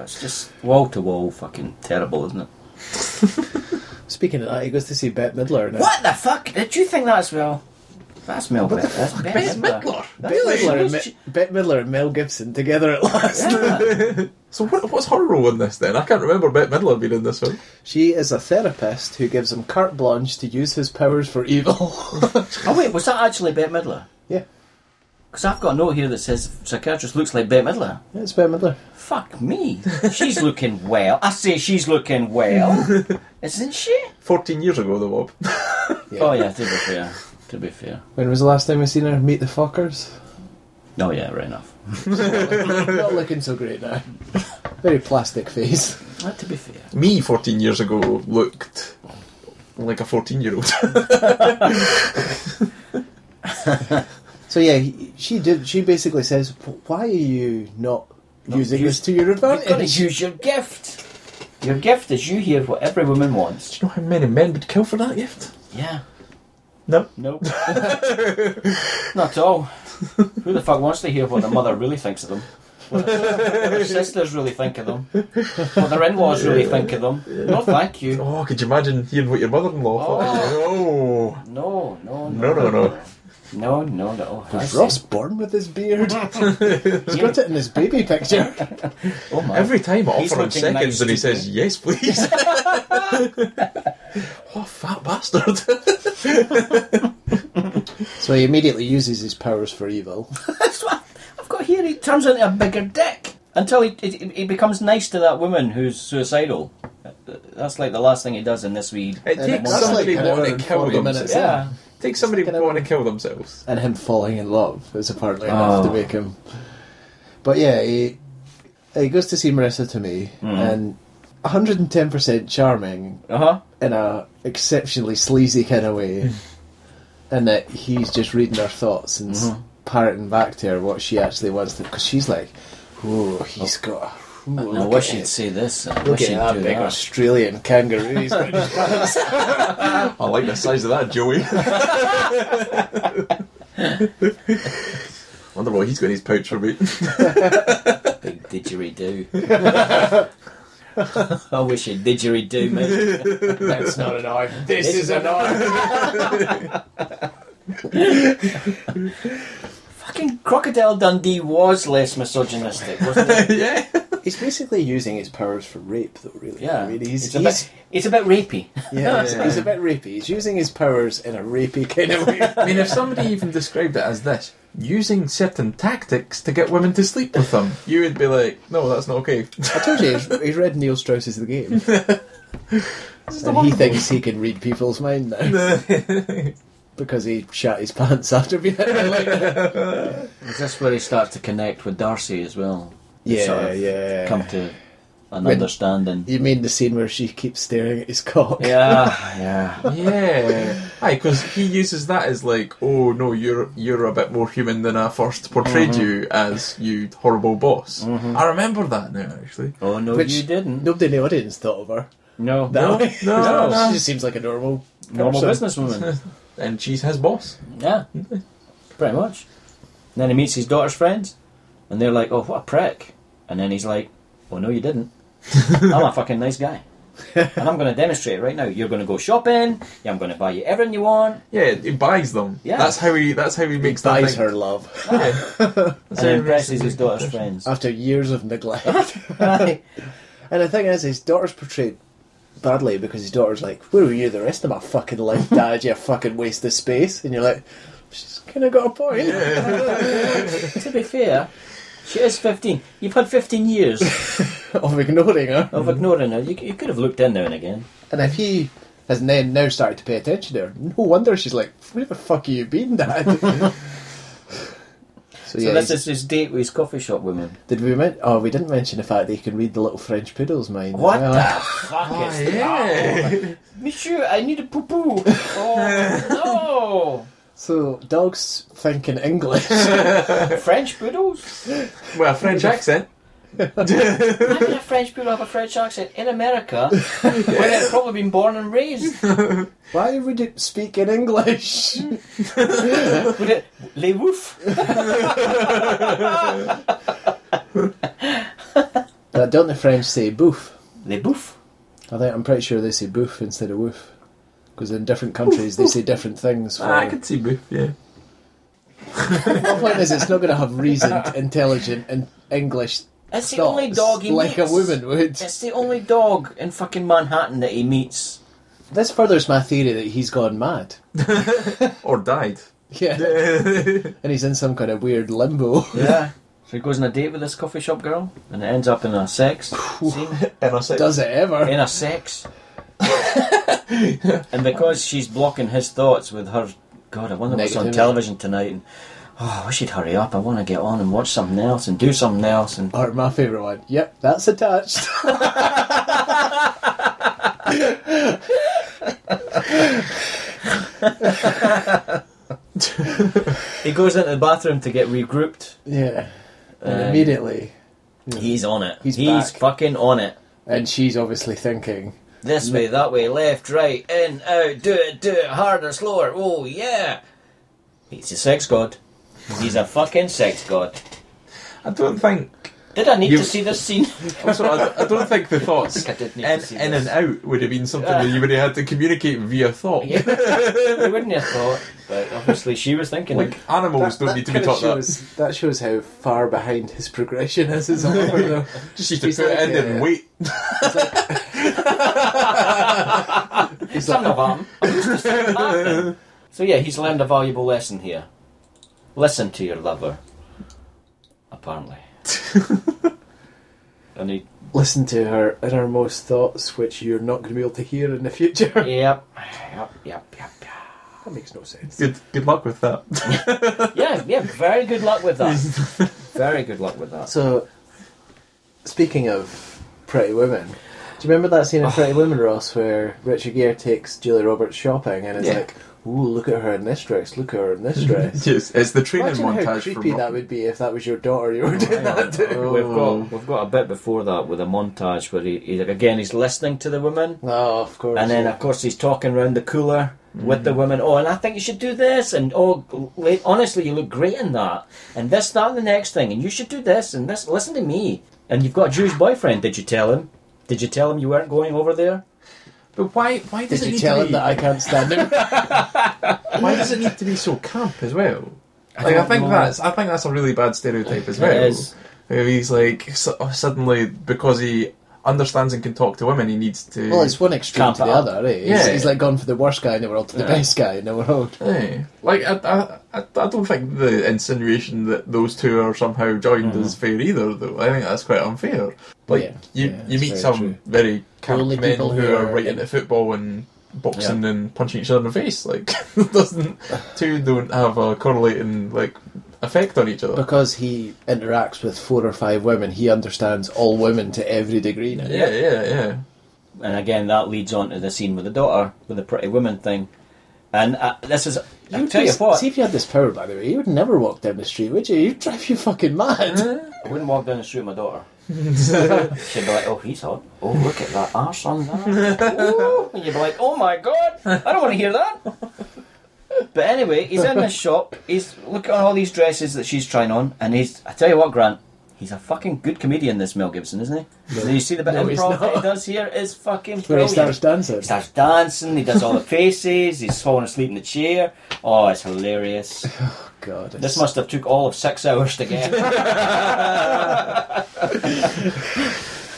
Speaker 2: it's just wall to wall fucking terrible, isn't it?
Speaker 3: Speaking of that, he goes to see Bette Midler now.
Speaker 2: What the fuck? Did you think that's well? That's Mel.
Speaker 3: What the
Speaker 2: Beth. That's Beth
Speaker 1: Bette
Speaker 2: Midler.
Speaker 1: Midler.
Speaker 2: That's
Speaker 3: Bette Midler, and
Speaker 2: Midler.
Speaker 3: Mi- Bette Midler and Mel Gibson together at last.
Speaker 2: Yeah.
Speaker 1: So what, what's her role in this then? I can't remember Bette Midler being in this film.
Speaker 3: She is a therapist who gives him carte blanche to use his powers for evil.
Speaker 2: Oh wait, was that actually Bette Midler?
Speaker 3: yeah,
Speaker 2: Because I've got a note here that says psychiatrist looks like Bette Midler.
Speaker 3: it's Bette Midler.
Speaker 2: Fuck me. She's looking well. I say she's looking well, isn't she?
Speaker 1: Fourteen years ago, the Bob.
Speaker 2: Oh yeah, to be fair. To be fair.
Speaker 3: When was the last time we seen her? Meet the Fuckers?
Speaker 2: No, Oh, yeah, right enough.
Speaker 3: Not looking so great now. Very plastic face.
Speaker 2: Not to be fair.
Speaker 1: Me, fourteen years ago, looked like a fourteen-year-old.
Speaker 3: So yeah, he- she did. She basically says, "Wh- "Why are you not using
Speaker 2: use-
Speaker 3: this to your
Speaker 2: You've got to
Speaker 3: advantage?"
Speaker 2: use your gift. Your gift is you hear what every woman wants.
Speaker 1: you know how many men would kill for that gift?
Speaker 2: Yeah.
Speaker 1: No.
Speaker 2: No. Not at all. Who the fuck wants to hear what their mother really thinks of them? What their, what their sisters really think of them? What their in-laws really think of them? No, thank you.
Speaker 1: Oh, could you imagine hearing what your mother-in-law thought? Oh,
Speaker 2: No, no,
Speaker 1: no,
Speaker 2: no,
Speaker 1: no, no.
Speaker 2: no, no, no. I
Speaker 3: Was
Speaker 2: see.
Speaker 3: Ross born with his beard? He's got it in his baby picture.
Speaker 2: Oh my.
Speaker 1: Every time I
Speaker 2: He's
Speaker 1: offer him
Speaker 2: looking
Speaker 1: seconds,
Speaker 2: nice
Speaker 1: and he
Speaker 2: to
Speaker 1: says yes, please. what a fat bastard!
Speaker 3: So he immediately uses his powers for evil.
Speaker 2: That's what I've got here. He turns into a bigger dick until he, he he becomes nice to that woman who's suicidal. That's like the last thing he does in this wee.
Speaker 1: It
Speaker 3: And
Speaker 1: takes
Speaker 3: that's
Speaker 1: somebody
Speaker 3: like an hour
Speaker 1: wanting
Speaker 3: and
Speaker 1: to kill
Speaker 3: 40
Speaker 1: themselves.
Speaker 3: minutes.
Speaker 2: Yeah.
Speaker 1: Takes somebody
Speaker 3: Can I-
Speaker 1: wanting to kill themselves.
Speaker 3: and him falling in love is apparently enough to
Speaker 2: Oh.
Speaker 3: make him. But yeah, he he goes to see Marissa to me
Speaker 2: Mm.
Speaker 3: and 110% charming
Speaker 2: Uh huh.
Speaker 3: in a exceptionally sleazy kind of way,
Speaker 2: Mm.
Speaker 3: and that he's just reading her thoughts and
Speaker 2: Mm-hmm.
Speaker 3: s parroting back to her what she actually wants to. Because she's like, "Whoa, he's got." A, ooh,
Speaker 2: I
Speaker 3: look
Speaker 2: wish
Speaker 3: at
Speaker 2: he'd
Speaker 3: it.
Speaker 2: say this. I
Speaker 3: Look
Speaker 2: wish
Speaker 3: at
Speaker 2: he'd
Speaker 3: that
Speaker 2: do
Speaker 3: big
Speaker 2: that.
Speaker 3: Australian kangaroo. He's got
Speaker 1: I like the size of that, Joey. Wonder what he's got in his pouch for me.
Speaker 2: Big didgeridoo. I wish a didgeridoo, mate.
Speaker 3: That's not an eye. This
Speaker 2: is an
Speaker 3: eye.
Speaker 2: Fucking Crocodile Dundee was less misogynistic, wasn't it?
Speaker 1: yeah.
Speaker 3: He's basically using his powers for rape, though. Really,
Speaker 2: Yeah.
Speaker 3: I mean, he's,
Speaker 2: it's, a
Speaker 3: he's
Speaker 2: bit, it's a bit rapey.
Speaker 3: Yeah, he's, he's a bit rapey. He's using his powers in a rapey kind of way.
Speaker 1: I mean, if somebody even described it as this, using certain tactics to get women to sleep with them, you would be like, no, that's not okay.
Speaker 3: I told you, he's, he's read Neil Strauss's The Game. and he thinks he can read people's mind now because he shat his pants after being
Speaker 2: Is this where he starts to connect with Darcy as well? They
Speaker 3: Yeah,
Speaker 2: sort of
Speaker 3: yeah.
Speaker 2: Come to an
Speaker 3: When-
Speaker 2: understanding.
Speaker 3: You mean the scene where she keeps staring at his cock?
Speaker 2: Yeah, yeah.
Speaker 1: yeah. Aye, because he uses that as like, oh no, you're you're a bit more human than I first portrayed you as, you horrible boss. I remember that now, actually.
Speaker 2: Oh no,
Speaker 3: Which-
Speaker 2: you didn't.
Speaker 3: Nobody in the audience thought of her.
Speaker 2: No,
Speaker 3: That
Speaker 1: No,
Speaker 3: way.
Speaker 1: no, no.
Speaker 3: She just seems like a normal,
Speaker 2: normal
Speaker 3: person.
Speaker 2: businesswoman.
Speaker 1: And she's his boss.
Speaker 2: yeah, pretty much. And then he meets his daughter's friends, and they're like, "Oh, what a prick!" And then he's like, "Oh no, you didn't. I'm a fucking nice guy." and I'm going to demonstrate it right now. You're going to go shopping. Yeah, I'm going to buy you everything you want.
Speaker 1: Yeah, he buys them.
Speaker 2: Yeah.
Speaker 1: That's how he. That's how he makes that
Speaker 3: Buys
Speaker 1: thing.
Speaker 3: her love
Speaker 1: Yeah.
Speaker 2: And
Speaker 1: That's how he
Speaker 2: impresses
Speaker 1: makes
Speaker 2: his
Speaker 1: it.
Speaker 2: daughter's friends.
Speaker 3: after years of neglect.
Speaker 2: Aye.
Speaker 3: And the thing is, his daughter's portrayed badly because his daughter's like, "Where were you the rest of my fucking life, Dad? You fucking waste of space." And you're like, "She's kind of got a point."
Speaker 2: to be fair, she is 15. You've had 15 years
Speaker 3: of ignoring her.
Speaker 2: of ignoring her. You, you could have looked in now and again.
Speaker 3: And if he has then now started to pay attention to her, no wonder she's like, "Where the fuck have you been, Dad?"
Speaker 2: So
Speaker 3: so yeah,
Speaker 2: this
Speaker 3: he-
Speaker 2: is his date with his coffee shop woman.
Speaker 3: did we? Men- oh, we didn't mention the fact that he can read the little French poodle's mind. as
Speaker 2: What
Speaker 3: well.
Speaker 2: the fuck is that?
Speaker 1: yeah.
Speaker 2: Monsieur, I need a poo poo. Oh
Speaker 3: So dogs think in English.
Speaker 2: no! French poodles?
Speaker 1: well, French accent.
Speaker 2: How can a French poodle have a French accent in America where they've probably been born and raised?
Speaker 3: Why would it speak in English?
Speaker 2: Would it, les woof?
Speaker 3: Now, don't the French say "boof"?
Speaker 2: Les boof?
Speaker 3: I think I'm pretty sure they say "boof" instead of "woof," because in different countries they say different things. For...
Speaker 1: Ah, I could see Booth, yeah.
Speaker 3: My point is, it's not going to have reasoned, intelligent, and English
Speaker 2: It's the
Speaker 3: thoughts
Speaker 2: only dog he
Speaker 3: like
Speaker 2: meets.
Speaker 3: a woman would.
Speaker 2: It's the only dog in fucking Manhattan that he meets.
Speaker 3: This furthers my theory that he's gone mad.
Speaker 1: Or died.
Speaker 3: Yeah,
Speaker 1: yeah.
Speaker 3: and he's in some kind of weird limbo.
Speaker 2: Yeah. So he goes on a date with this coffee shop girl and it ends up in a sex scene.
Speaker 1: And I said,
Speaker 3: Does it ever?
Speaker 2: in a sex. and because she's blocking his thoughts with her, God, I wonder what's on
Speaker 3: Negativity.
Speaker 2: television tonight. And, oh, I wish he'd hurry up. I want to get on and watch something else and do something else. And
Speaker 3: Or my favourite one. Yep, that's attached.
Speaker 2: he goes into the bathroom to get regrouped.
Speaker 3: yeah, and
Speaker 2: Um,
Speaker 3: immediately,
Speaker 2: He's on it.
Speaker 3: He's back.
Speaker 2: fucking on it.
Speaker 3: and she's obviously thinking.
Speaker 2: This way, that way, left, right, in, out. Do it, do it, harder, slower. Oh yeah. He's a sex god. He's a fucking sex god.
Speaker 1: I don't think.
Speaker 2: Did I need
Speaker 1: You-
Speaker 2: to see this scene?
Speaker 1: Also, I, I don't think the thoughts.
Speaker 2: I did need
Speaker 1: In,
Speaker 2: to see
Speaker 1: in
Speaker 2: this.
Speaker 1: and out would have been something that you would have had to communicate via thought.
Speaker 2: Yeah. I wouldn't have thought, but obviously she was thinking. it.
Speaker 1: Like animals don't need to be
Speaker 3: kinda
Speaker 1: taught that.
Speaker 3: shows, that shows how far behind his progression is as a woman, though.
Speaker 1: Just need to
Speaker 3: he's
Speaker 1: put it
Speaker 3: like,
Speaker 1: in and
Speaker 3: uh,
Speaker 1: wait.
Speaker 3: He's
Speaker 2: Some
Speaker 3: like,
Speaker 2: of 'em. so yeah, he's learned a valuable lesson here. Listen to your lover. Apparently. and he,
Speaker 3: listen to her innermost thoughts, which you're not going to be able to hear in the future.
Speaker 2: yep, yep, yep, yep, yep.
Speaker 3: That makes no sense.
Speaker 1: Good, good luck with that.
Speaker 2: Yeah, yeah. Very good luck with that. very good luck with that.
Speaker 3: So, speaking of Pretty Women, do you remember that
Speaker 2: Oh.
Speaker 3: scene in Pretty Women, Ross, where Richard Gere takes Julia Roberts shopping and it's
Speaker 1: Yeah.
Speaker 3: like, ooh, look at her in this dress, look at her in this dress.
Speaker 1: yes, it's the training
Speaker 3: Imagine how
Speaker 1: montage
Speaker 3: creepy
Speaker 1: from
Speaker 3: that would be if that was your daughter
Speaker 2: Oh,
Speaker 3: you were doing that to.
Speaker 2: We've got we've got a bit before that with a montage where he, he again he's listening to the women
Speaker 3: Oh, of course.
Speaker 2: And then,
Speaker 3: yeah.
Speaker 2: of course, he's talking round the cooler with
Speaker 3: Mm-hmm.
Speaker 2: the women. Oh, and I think you should do this. And oh, gl- honestly, you look great in that. And this, that, and the next thing. And you should do this and this. Listen to me. And you've got a Jewish boyfriend. Did you tell him? Did you tell him you weren't going over there?
Speaker 1: But why? Why does
Speaker 3: Did
Speaker 1: it
Speaker 3: you
Speaker 1: need
Speaker 3: tell
Speaker 1: to
Speaker 3: him
Speaker 1: be?
Speaker 3: that I can't stand him?
Speaker 1: Why does it need to be so camp as well? Like, I
Speaker 2: don't
Speaker 1: think
Speaker 2: know.
Speaker 1: that's I think that's a really bad stereotype as well.
Speaker 2: is.
Speaker 1: Where He's like su- oh, suddenly because he understands and can talk to women, he needs to.
Speaker 3: Well, it's one extreme
Speaker 2: Camp
Speaker 3: to the
Speaker 2: it up.
Speaker 3: other, eh? He's,
Speaker 1: Yeah.
Speaker 3: he's like gone from the worst guy in the world to the best guy in the world.
Speaker 1: Aye. Eh, like I, I, I, I don't think the insinuation that those two are somehow joined is fair either. Though I think that's quite unfair. Like
Speaker 3: Mm-hmm. Yeah,
Speaker 1: you,
Speaker 3: yeah,
Speaker 1: you
Speaker 3: it's
Speaker 1: meet
Speaker 3: very
Speaker 1: some
Speaker 3: true.
Speaker 1: very camp
Speaker 3: only
Speaker 1: men
Speaker 3: people
Speaker 1: who,
Speaker 3: who
Speaker 1: are,
Speaker 3: are
Speaker 1: right
Speaker 3: in-
Speaker 1: into football and boxing and punching each other in the face. Like doesn't two don't have a correlating like effect on each other.
Speaker 3: Because he interacts with four or five women, he understands all women to every degree now.
Speaker 1: Yeah, yeah, yeah.
Speaker 2: And again, that leads on to the scene with the daughter, with the pretty woman thing. And uh, this is. I
Speaker 3: would
Speaker 2: tell you
Speaker 3: just-
Speaker 2: what,
Speaker 3: See if you had this power, by the way, you would never walk down the street, would you? You'd drive you fucking mad.
Speaker 2: I wouldn't walk down the street with my daughter. She'd be like, "Oh, he's hot. Oh, look at that arse on that." Ooh. And you'd be like, "Oh my god, I don't want to hear that." But anyway, he's in this shop. He's looking at all these dresses that she's trying on, and he's—I tell you what, Grant—he's a fucking good comedian. This Mel Gibson, isn't he? So you see the bit
Speaker 3: No,
Speaker 2: of
Speaker 3: he's
Speaker 2: improv that he
Speaker 3: not.
Speaker 2: does here is fucking
Speaker 3: Where he
Speaker 2: brilliant.
Speaker 3: starts dancing.
Speaker 2: He starts dancing. He does all the faces. He's falling asleep in the chair. Oh, it's hilarious.
Speaker 3: God, it's-
Speaker 2: This must have took all of six hours to get.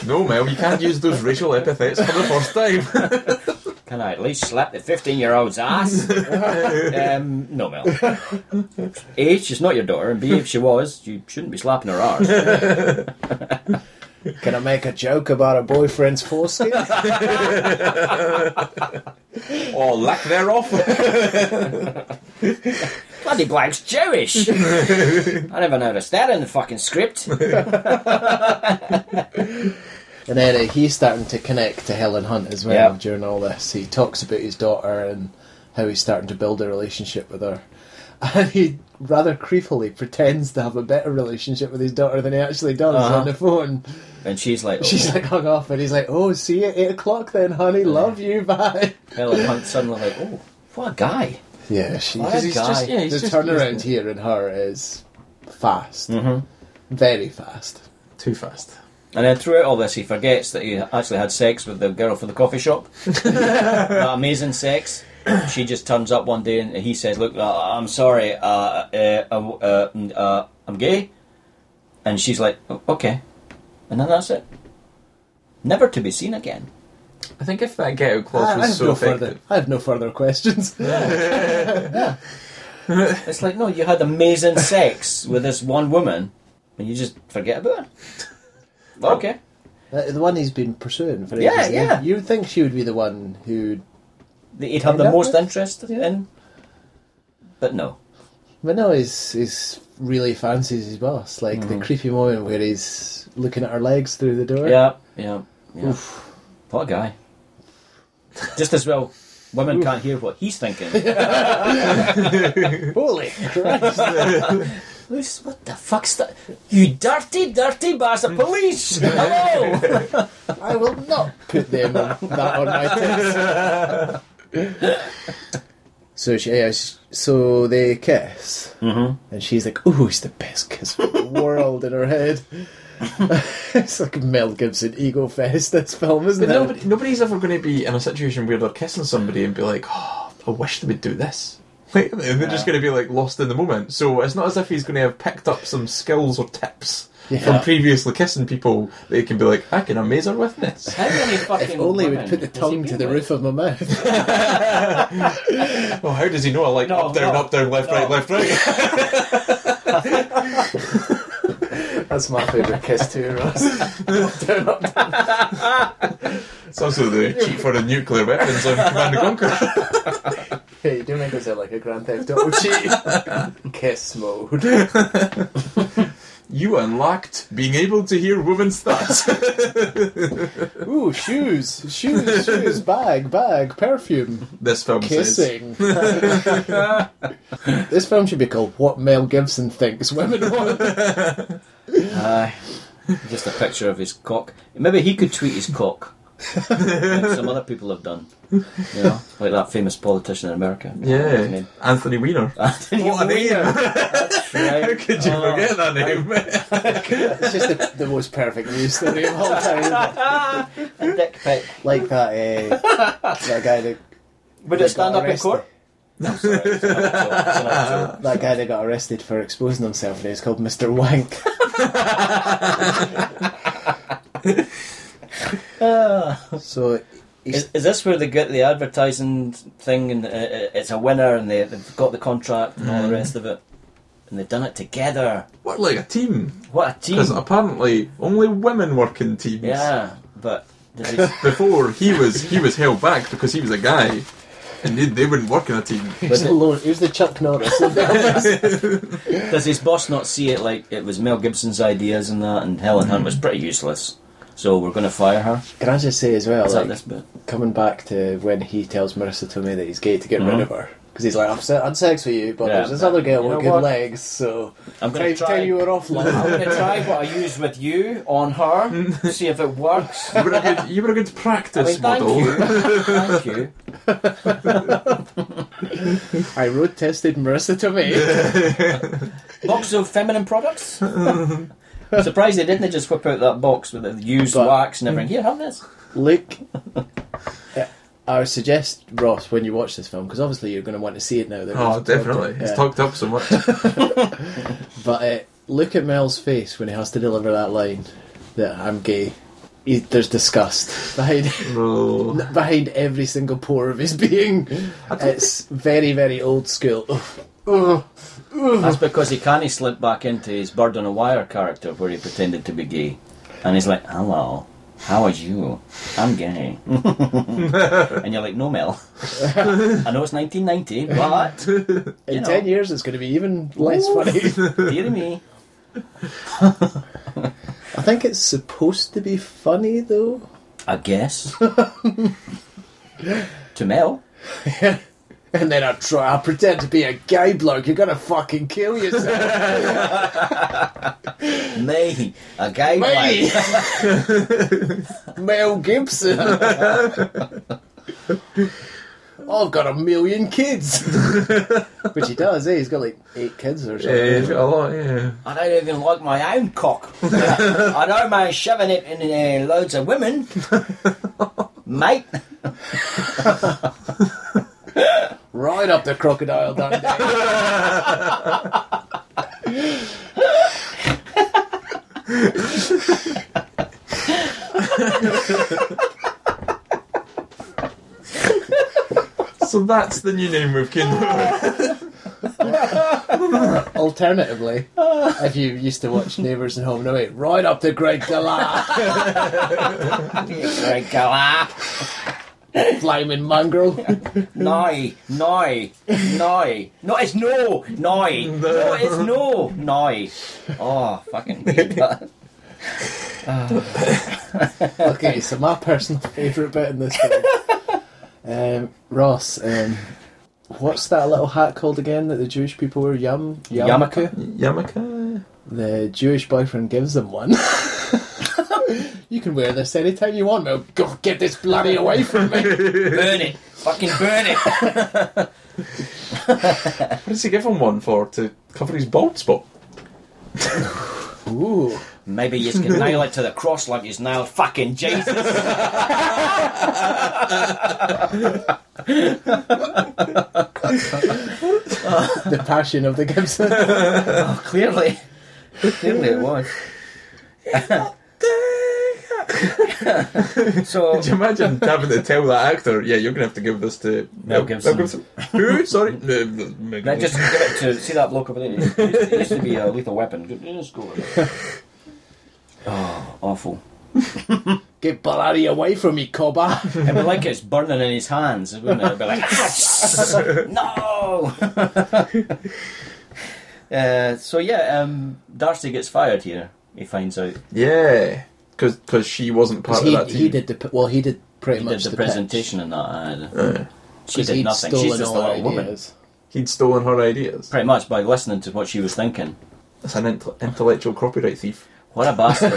Speaker 1: No, Mel, you can't use those racial epithets for the first time.
Speaker 2: Can I at least slap the 15 year old's ass? um, no, Mel. A, she's not your daughter, and B, if she was, you shouldn't be slapping her arse.
Speaker 3: Can I make a joke about a boyfriend's foreskin?
Speaker 1: or lack thereof.
Speaker 2: Bloody blank's Jewish! I never noticed that in the fucking script.
Speaker 3: and then uh, he's starting to connect to Helen Hunt as well
Speaker 2: Yeah.
Speaker 3: during all this. He talks about his daughter and how he's starting to build a relationship with her. And he rather creepily pretends to have a better relationship with his daughter than he actually does
Speaker 2: Uh-huh.
Speaker 3: on the phone.
Speaker 2: And she's like, oh,
Speaker 3: She's like hung off, and he's like, "Oh, see you at eight o'clock then, honey. Love you, bye."
Speaker 2: Helen Hunt suddenly like, oh, what a guy.
Speaker 3: Yeah, she.
Speaker 2: What a
Speaker 1: he's
Speaker 2: guy.
Speaker 1: just- yeah, he's
Speaker 3: the
Speaker 1: just
Speaker 3: turnaround here in her is fast,
Speaker 1: Mm-hmm.
Speaker 3: very fast.
Speaker 1: Too fast.
Speaker 2: And then throughout all this, he forgets that he actually had sex with the girl from the coffee shop. that amazing sex. She just turns up one day and he says, "Look, uh, I'm sorry, uh, uh, uh, uh, mm, uh, I'm gay," and she's like, "O- "Okay," and then that's it. Never to be seen again.
Speaker 1: I think if that get out
Speaker 3: I,
Speaker 1: clause
Speaker 3: Ah, I
Speaker 1: was
Speaker 3: have
Speaker 1: so
Speaker 3: no
Speaker 1: effective.
Speaker 3: further. I have no further questions.
Speaker 2: It's like, no, you had amazing sex with this one woman, and you just forget about it. Okay,
Speaker 3: Uh, the one he's been pursuing for
Speaker 2: Yeah,
Speaker 3: ages. eh?
Speaker 2: yeah.
Speaker 3: You'd think she would be the one who.
Speaker 2: he'd have the most interest in, but no.
Speaker 3: But no, he's, he's really fancies his boss. Like
Speaker 1: Mm-hmm.
Speaker 3: the creepy moment where he's looking at her legs through the door.
Speaker 2: Yeah, yeah, yeah. What a guy. Just as well, women can't hear what he's thinking.
Speaker 3: Holy Christ!
Speaker 2: Who's- what the fuck's that? You dirty, dirty bastard! Police! Hello!
Speaker 3: I will not put them on, that on my tits. so she, yeah, she- so they kiss,
Speaker 2: mm-hmm.
Speaker 3: and she's like, "Ooh, it's the best kiss in the world." In her head, it's like Mel Gibson ego fest. This film, isn't
Speaker 1: But
Speaker 3: it?
Speaker 1: nobody, nobody's ever going to be in a situation where they're kissing somebody and be like, oh, I wish they would do this. Like, they're just going to be like lost in the moment. So it's not as if he's going to have picked up some skills or tips
Speaker 3: Yeah.
Speaker 1: from previously kissing people that he can be like, I can amaze her with this.
Speaker 2: How many fucking.
Speaker 3: If only
Speaker 2: women
Speaker 3: we'd put the
Speaker 2: has he
Speaker 3: tongue to
Speaker 2: been
Speaker 3: the
Speaker 2: with?
Speaker 3: roof of my mouth.
Speaker 1: Oh, how does he know I like
Speaker 2: No,
Speaker 1: up, down,
Speaker 2: no,
Speaker 1: up, down, left,
Speaker 2: no.
Speaker 1: right, left, right?
Speaker 3: That's my favourite kiss too, Ross. Turn up.
Speaker 1: it's also the cheat for the nuclear weapons on Command and Conquer.
Speaker 3: Hey, you do make yourself like a Grand Theft Auto cheat. kiss mode.
Speaker 1: You unlocked being able to hear women's thoughts.
Speaker 3: Ooh, shoes, shoes, shoes, bag, bag, perfume.
Speaker 1: this film says.
Speaker 3: kissing. this film should be called "What Mel Gibson Thinks Women Want."
Speaker 2: Aye. Just a picture of his cock. Maybe he could tweet his cock. like some other people have done. You know? Like that famous politician in America. What's his
Speaker 1: Yeah,
Speaker 2: name?
Speaker 1: Anthony Weiner.
Speaker 2: Anthony
Speaker 1: What a name!
Speaker 2: Right.
Speaker 1: How could you
Speaker 2: Oh.
Speaker 1: forget that name?
Speaker 3: it's just the, the most perfect news story of all time.
Speaker 2: A dick pic.
Speaker 3: Like that, uh, that guy that
Speaker 2: Would
Speaker 3: that
Speaker 2: it stand
Speaker 3: got
Speaker 2: up in
Speaker 3: arrested-
Speaker 2: court? I'm sorry, it's an actual- it's an actual-
Speaker 3: That guy that got arrested for exposing himself. He's called Mister Wank. so.
Speaker 2: Is, is this where they get the advertising thing and uh, uh, it's a winner and they, they've got the contract and all the rest of it? And they've done it together.
Speaker 1: What, like a team?
Speaker 2: What a team.
Speaker 1: Because apparently only women work in teams.
Speaker 2: Yeah, but this is,
Speaker 1: Before he was he was held back because he was a guy, and they, they wouldn't work in a team.
Speaker 3: Here's the, Lord, here's the Chuck Norris. of Elvis.
Speaker 2: does his boss not see it like it was Mel Gibson's ideas and that and Helen Hunt was pretty useless? So we're going to fire her.
Speaker 3: Can I just say as well,
Speaker 2: Is that
Speaker 3: like,
Speaker 2: this bit?
Speaker 3: coming back to when he tells Marissa Tomei that he's gay to get rid of her because he's like, I've se- had sex with you, but
Speaker 2: Mm-hmm. Yeah.
Speaker 3: there's this other girl
Speaker 2: You know
Speaker 3: with good
Speaker 2: what?
Speaker 3: legs, so
Speaker 2: I'm
Speaker 3: tell,
Speaker 2: going to try.
Speaker 3: tell you we're
Speaker 2: I'm
Speaker 3: offline.
Speaker 2: going to try what I used with you on her, see if it works.
Speaker 1: You were a good, you were a good
Speaker 2: I
Speaker 1: practice
Speaker 2: mean, thank
Speaker 1: model.
Speaker 2: you. Thank you.
Speaker 3: I road tested Marissa Tomei.
Speaker 2: box of feminine products. Surprised they didn't just whip out that box with the used
Speaker 3: But-
Speaker 2: wax and everything. Here, have this.
Speaker 3: Look, yeah, Uh, I would suggest Ross when you watch this film because obviously you're going to want to see it now. That
Speaker 1: Oh,
Speaker 3: it's
Speaker 1: definitely.
Speaker 3: recorded.
Speaker 1: It's
Speaker 3: Yeah.
Speaker 1: talked up so much.
Speaker 3: But uh, look at Mel's face when he has to deliver that line that I'm gay he, there's disgust behind
Speaker 1: No.
Speaker 3: behind every single pore of his being. It's very, very old school. Ugh. Ugh.
Speaker 2: That's because he can't slip back into his bird on a wire character where he pretended to be gay. And he's like, hello, how are you? I'm gay. and you're like, no, Mel. I know it's 1990, but
Speaker 3: In
Speaker 2: You know.
Speaker 3: ten years, it's going to be even less funny.
Speaker 2: dear me.
Speaker 3: I think it's supposed to be funny though.
Speaker 2: I guess. to Mel.
Speaker 3: And then I try. I pretend to be a gay bloke. You're gonna fucking kill yourself.
Speaker 2: Me. A gay
Speaker 3: Me.
Speaker 2: bloke.
Speaker 3: Mel Gibson. I've got a million kids. Which he does, eh? He's got like eight kids or something.
Speaker 1: Yeah, he's got a lot, yeah.
Speaker 2: I don't even like my own cock. I know my shoving it in uh, loads of women. Mate.
Speaker 3: Right up the crocodile Dundee.
Speaker 1: So that's the new name we've came up with.
Speaker 3: Alternatively, if you used to watch Neighbours and Home and Away, right up the Great Galah,
Speaker 2: Great go ah.
Speaker 3: blimey mongrel.
Speaker 2: No, no, no. No, it's no, no. No, it's no, no. Oh, fucking hate that.
Speaker 3: Okay, so my personal favourite bit in this film, um, Ross. Um, what's that little hat called again that the Jewish people wear? Yam
Speaker 2: Yarmulke?
Speaker 1: Yamaka?
Speaker 3: The Jewish boyfriend gives them one. you can wear this anytime you want. Mel. Go get this bloody away from me.
Speaker 2: Burn it. Fucking burn it.
Speaker 1: What does he give him one for? To cover his bald spot?
Speaker 3: Ooh,
Speaker 2: Maybe you can nail it to the cross like you nailed fucking Jesus.
Speaker 3: the passion of the Gibson.
Speaker 2: Clearly. Clearly it was. so,
Speaker 1: Could you imagine having to tell that actor, yeah, you're going to have to give this to
Speaker 2: Mel Gibson.
Speaker 1: Who? Sorry? No, no, Mel
Speaker 2: Now just
Speaker 1: Gibson.
Speaker 2: give it to see that bloke over there. It used, it used to be a lethal weapon. Just go with it. Oh, awful.
Speaker 3: Get bloody away from me, Cobba.
Speaker 2: It'd be like it's burning in his hands, wouldn't it? It'd be like, no! uh, so, yeah, um, Darcy gets fired here, he finds out.
Speaker 1: Yeah. Because she wasn't part of
Speaker 3: He,
Speaker 1: that team.
Speaker 3: he did the p- well. He did pretty
Speaker 2: He
Speaker 3: much
Speaker 2: did the,
Speaker 3: the pitch.
Speaker 2: presentation and that. and
Speaker 1: Uh,
Speaker 2: she
Speaker 3: 'Cause he'd
Speaker 2: did nothing.
Speaker 3: stolen
Speaker 2: She's just a
Speaker 3: all
Speaker 2: little woman.
Speaker 3: ideas.
Speaker 1: he'd stolen her ideas.
Speaker 2: Pretty much by listening to what she was thinking.
Speaker 1: That's an int- intellectual copyright thief.
Speaker 2: What a bastard.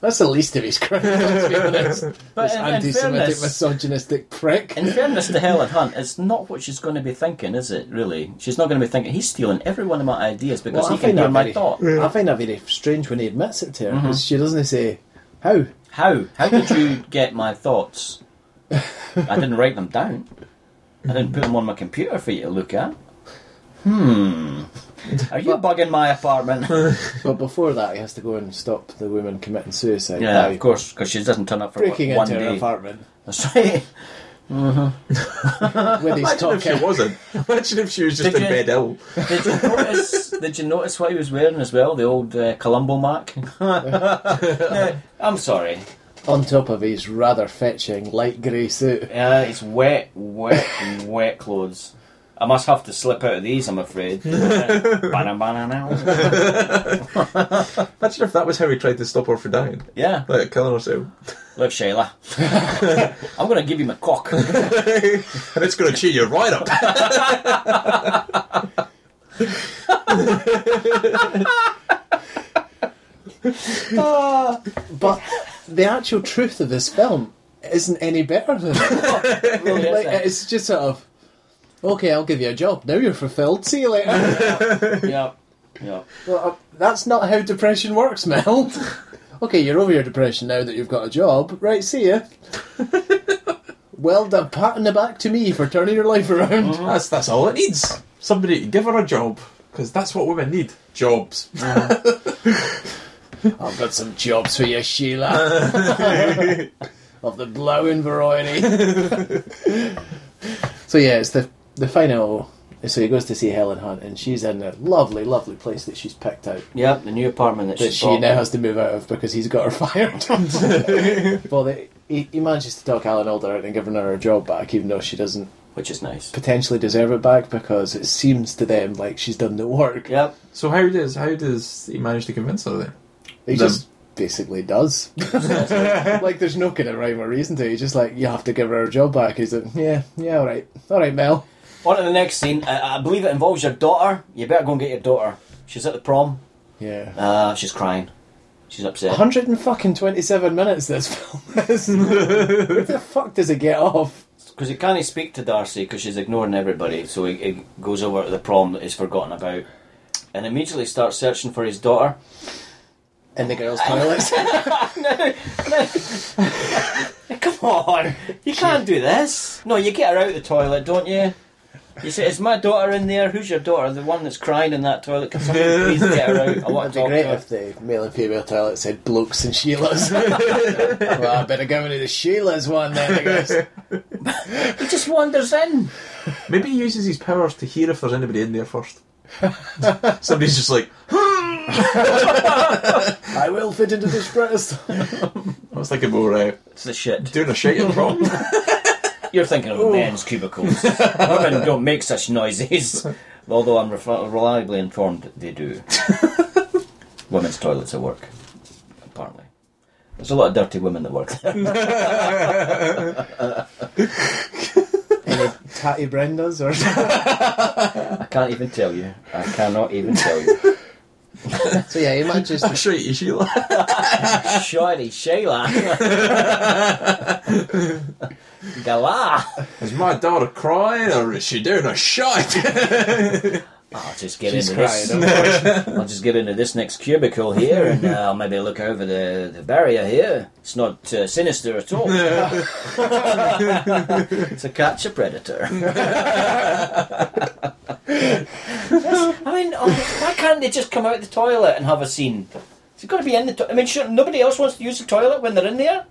Speaker 3: That's the least of his crimes. to be honest.
Speaker 2: but
Speaker 3: this
Speaker 2: in, in,
Speaker 3: anti-Semitic,
Speaker 2: fairness,
Speaker 3: misogynistic prick.
Speaker 2: in fairness to Helen Hunt, it's not what she's going to be thinking, is it, really? She's not going to be thinking, he's stealing every one of my ideas because he can hear my
Speaker 3: very,
Speaker 2: thought.
Speaker 3: I find that very strange when he admits it to
Speaker 2: Mm-hmm.
Speaker 3: her because she doesn't say how.
Speaker 2: How? How did you get my thoughts? I didn't write them down. I didn't put them on my computer for you to look at. Hmm. Are you bugging my apartment?
Speaker 3: But before that, he has to go and stop the woman committing suicide.
Speaker 2: yeah,
Speaker 3: by
Speaker 2: of course, because she doesn't turn up for
Speaker 3: Breaking
Speaker 2: one
Speaker 3: into her
Speaker 2: day.
Speaker 3: apartment
Speaker 2: That's right.
Speaker 3: with his
Speaker 1: Imagine
Speaker 3: top
Speaker 1: if she
Speaker 3: hat.
Speaker 1: wasn't. Imagine if she was just
Speaker 2: Did
Speaker 1: in
Speaker 2: you-
Speaker 1: bed ill.
Speaker 2: Did you notice? did you notice what he was wearing as well? The old uh, Columbo mark. No, I'm sorry.
Speaker 3: on top of his rather fetching light grey suit.
Speaker 2: Uh, it's wet, wet, wet clothes. I must have to slip out of these, I'm afraid. Ba-dum-ba-dum-ow.
Speaker 1: Imagine if that was how he tried to stop her from dying.
Speaker 2: yeah.
Speaker 1: Like, killing herself.
Speaker 2: Look, Shayla, I'm going to give you my cock.
Speaker 1: and it's going to cheer you right up.
Speaker 3: But the actual truth of this film isn't any better than that. like, it's just sort of. Okay, I'll give you a job. Now you're fulfilled. See you later.
Speaker 2: yeah, yeah.
Speaker 3: well, uh, that's not how depression works, Mel. okay, you're over your depression now that you've got a job. Right, see ya. well done. Pat on the back to me for turning your life around.
Speaker 1: That's that's all it needs. Somebody to give her a job because that's what women need. Jobs.
Speaker 3: I've got some jobs for you, Sheila. of the blowing variety. so yeah, it's the the final. So he goes to see Helen Hunt, and she's in a lovely, lovely place that she's picked out
Speaker 2: Yep, the new apartment that,
Speaker 3: that
Speaker 2: she
Speaker 3: she
Speaker 2: bought.
Speaker 3: now has to move out of because he's got her fired. well, they, he, he manages to talk Alan Alda out and giving her her job back, even though she doesn't
Speaker 2: which is nice.
Speaker 3: potentially deserve it back because it seems to them like she's done the work.
Speaker 2: Yep.
Speaker 1: So how does how does he manage to convince her then?
Speaker 3: He
Speaker 1: Them.
Speaker 3: just basically does. like, there's no kind of rhyme or reason to it. He's just like, you have to give her her job back. He's like, yeah, yeah, all right, all right, Mel.
Speaker 2: On to the next scene. I, I believe it involves your daughter. You better go and get your daughter. She's at the prom.
Speaker 3: Yeah.
Speaker 2: Uh, she's crying. She's upset.
Speaker 3: 127 minutes this film is. Where the fuck does it get off?
Speaker 2: Because he can't speak to Darcy because she's ignoring everybody. So he, he goes over to the prom that he's forgotten about and immediately starts searching for his daughter.
Speaker 3: In the girls' toilets.
Speaker 2: Come on, you can't do this. No, you get her out of the toilet, don't you? You say, "Is my daughter in there? Who's your daughter? The one that's crying in that toilet? Can somebody please get her out? I want to talk
Speaker 3: It'd be great
Speaker 2: to
Speaker 3: if
Speaker 2: her."
Speaker 3: the male and female toilet said blokes and Sheilas. well, I better go into the Sheilas one then, I guess.
Speaker 2: He just wanders in.
Speaker 1: Maybe he uses his powers to hear if there's anybody in there first. Somebody's just like,
Speaker 3: I will fit into this dress.
Speaker 1: I was thinking about uh,
Speaker 2: It's the shit.
Speaker 1: doing a shit in prom.
Speaker 2: You're thinking of men's cubicles. Women don't make such noises. Although I'm refi- reliably informed they do. Women's toilets at work, apparently. There's a lot of dirty women that work there.
Speaker 3: Tatty Brenda's or
Speaker 2: I can't even tell you. I cannot even tell you.
Speaker 3: So yeah, he manages to
Speaker 1: Shitey Sheila.
Speaker 2: Shiny Sheila. Gala.
Speaker 1: Is my daughter crying or is she doing a shite?
Speaker 2: I'll just get
Speaker 3: She's
Speaker 2: into
Speaker 3: crying,
Speaker 2: this. I'll just get into this next cubicle here, and uh, I'll maybe look over the, the barrier here. It's not uh, sinister at all. to catch a predator. That's- I mean, oh, why can't they just come out the toilet and have a scene? It's got to be in the. To- I mean, sure, nobody else wants to use the toilet when they're in there.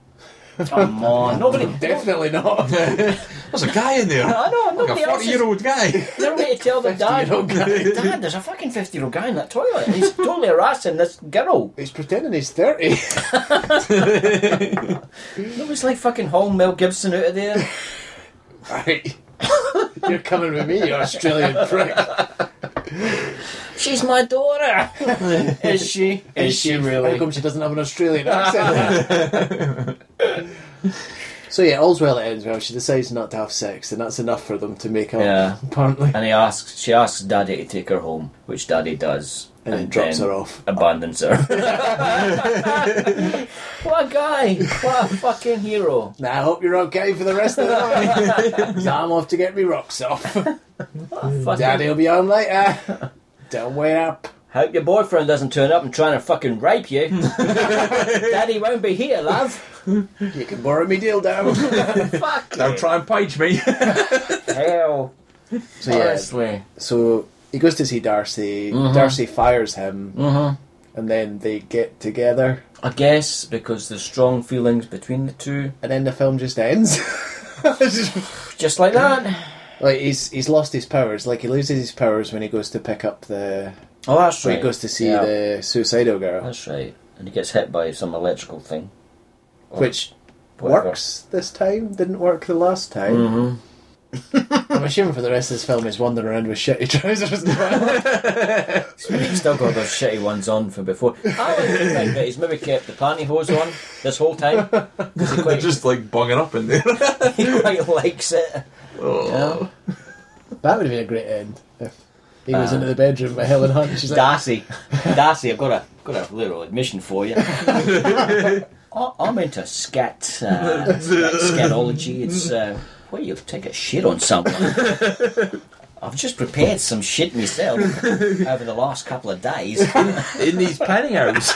Speaker 2: Come on, nobody.
Speaker 3: Definitely not.
Speaker 1: There's a guy in there.
Speaker 2: I know
Speaker 1: Like
Speaker 2: nobody
Speaker 1: a 40
Speaker 2: else. Is,
Speaker 1: year old guy.
Speaker 2: they're ready to tell their dad.
Speaker 3: 50-year-old guy.
Speaker 2: Dad, there's a fucking 50 year old guy in that toilet and he's totally harassing this girl.
Speaker 3: He's pretending he's thirty.
Speaker 2: Nobody's like fucking hauling Mel Gibson out of there.
Speaker 3: right. You're coming with me, you Australian prick.
Speaker 2: She's my daughter. Is she? Is she
Speaker 3: How
Speaker 2: really?
Speaker 3: come she doesn't have an Australian accent? so yeah, all's well that ends well. She decides not to have sex, and that's enough for them to make up.
Speaker 2: Yeah.
Speaker 3: Apparently,
Speaker 2: And he asks, she asks Daddy to take her home, which Daddy does,
Speaker 3: and then drops her off.
Speaker 2: abandons her. what a guy! What a fucking hero!
Speaker 3: Now I hope you're okay for the rest of the night. 'Cause I'm off to get me rocks off.
Speaker 2: What a fucking-
Speaker 3: Daddy'll be home later. Don't wait up.
Speaker 2: Hope your boyfriend doesn't turn up and try to fucking rape you. Daddy won't be here, love.
Speaker 3: You can borrow me dildo.
Speaker 2: Fuck.
Speaker 1: Now
Speaker 2: you.
Speaker 1: try and page me.
Speaker 2: Hell.
Speaker 3: so yeah,
Speaker 2: Honestly.
Speaker 3: so he goes to see Darcy.
Speaker 2: Mm-hmm.
Speaker 3: Darcy fires him, and then they get together,
Speaker 2: I guess because there's strong feelings between the two,
Speaker 3: and then the film just ends. It's just-
Speaker 2: just like that.
Speaker 3: Like he's he's lost his powers. Like he loses his powers when he goes to pick up the
Speaker 2: Oh, that's
Speaker 3: when
Speaker 2: right.
Speaker 3: he goes to see
Speaker 2: Yeah,
Speaker 3: the suicidal girl,
Speaker 2: That's right, and he gets hit by some electrical thing.
Speaker 3: which
Speaker 2: Whatever.
Speaker 3: works this time. Didn't work the last time.
Speaker 2: Mm-hmm.
Speaker 3: I'm assuming for the rest of this film he's wandering around with shitty trousers.
Speaker 2: He's still got those shitty ones on from before. I like to think that he's maybe kept the pantyhose on this whole time because he
Speaker 1: They're
Speaker 2: quite,
Speaker 1: just like bunging up in there.
Speaker 2: he quite likes it.
Speaker 1: Oh.
Speaker 3: that would have been a great end. If he
Speaker 2: Uh,
Speaker 3: goes into the bedroom with Helen Hunt. and She's like,
Speaker 2: Darcy, Darcy, I've got a got a little admission for you. I- I'm into scat, uh, scat scatology. It's uh, where you take a shit on someone. I've just prepared some shit myself over the last couple of days.
Speaker 1: In these pantyhose.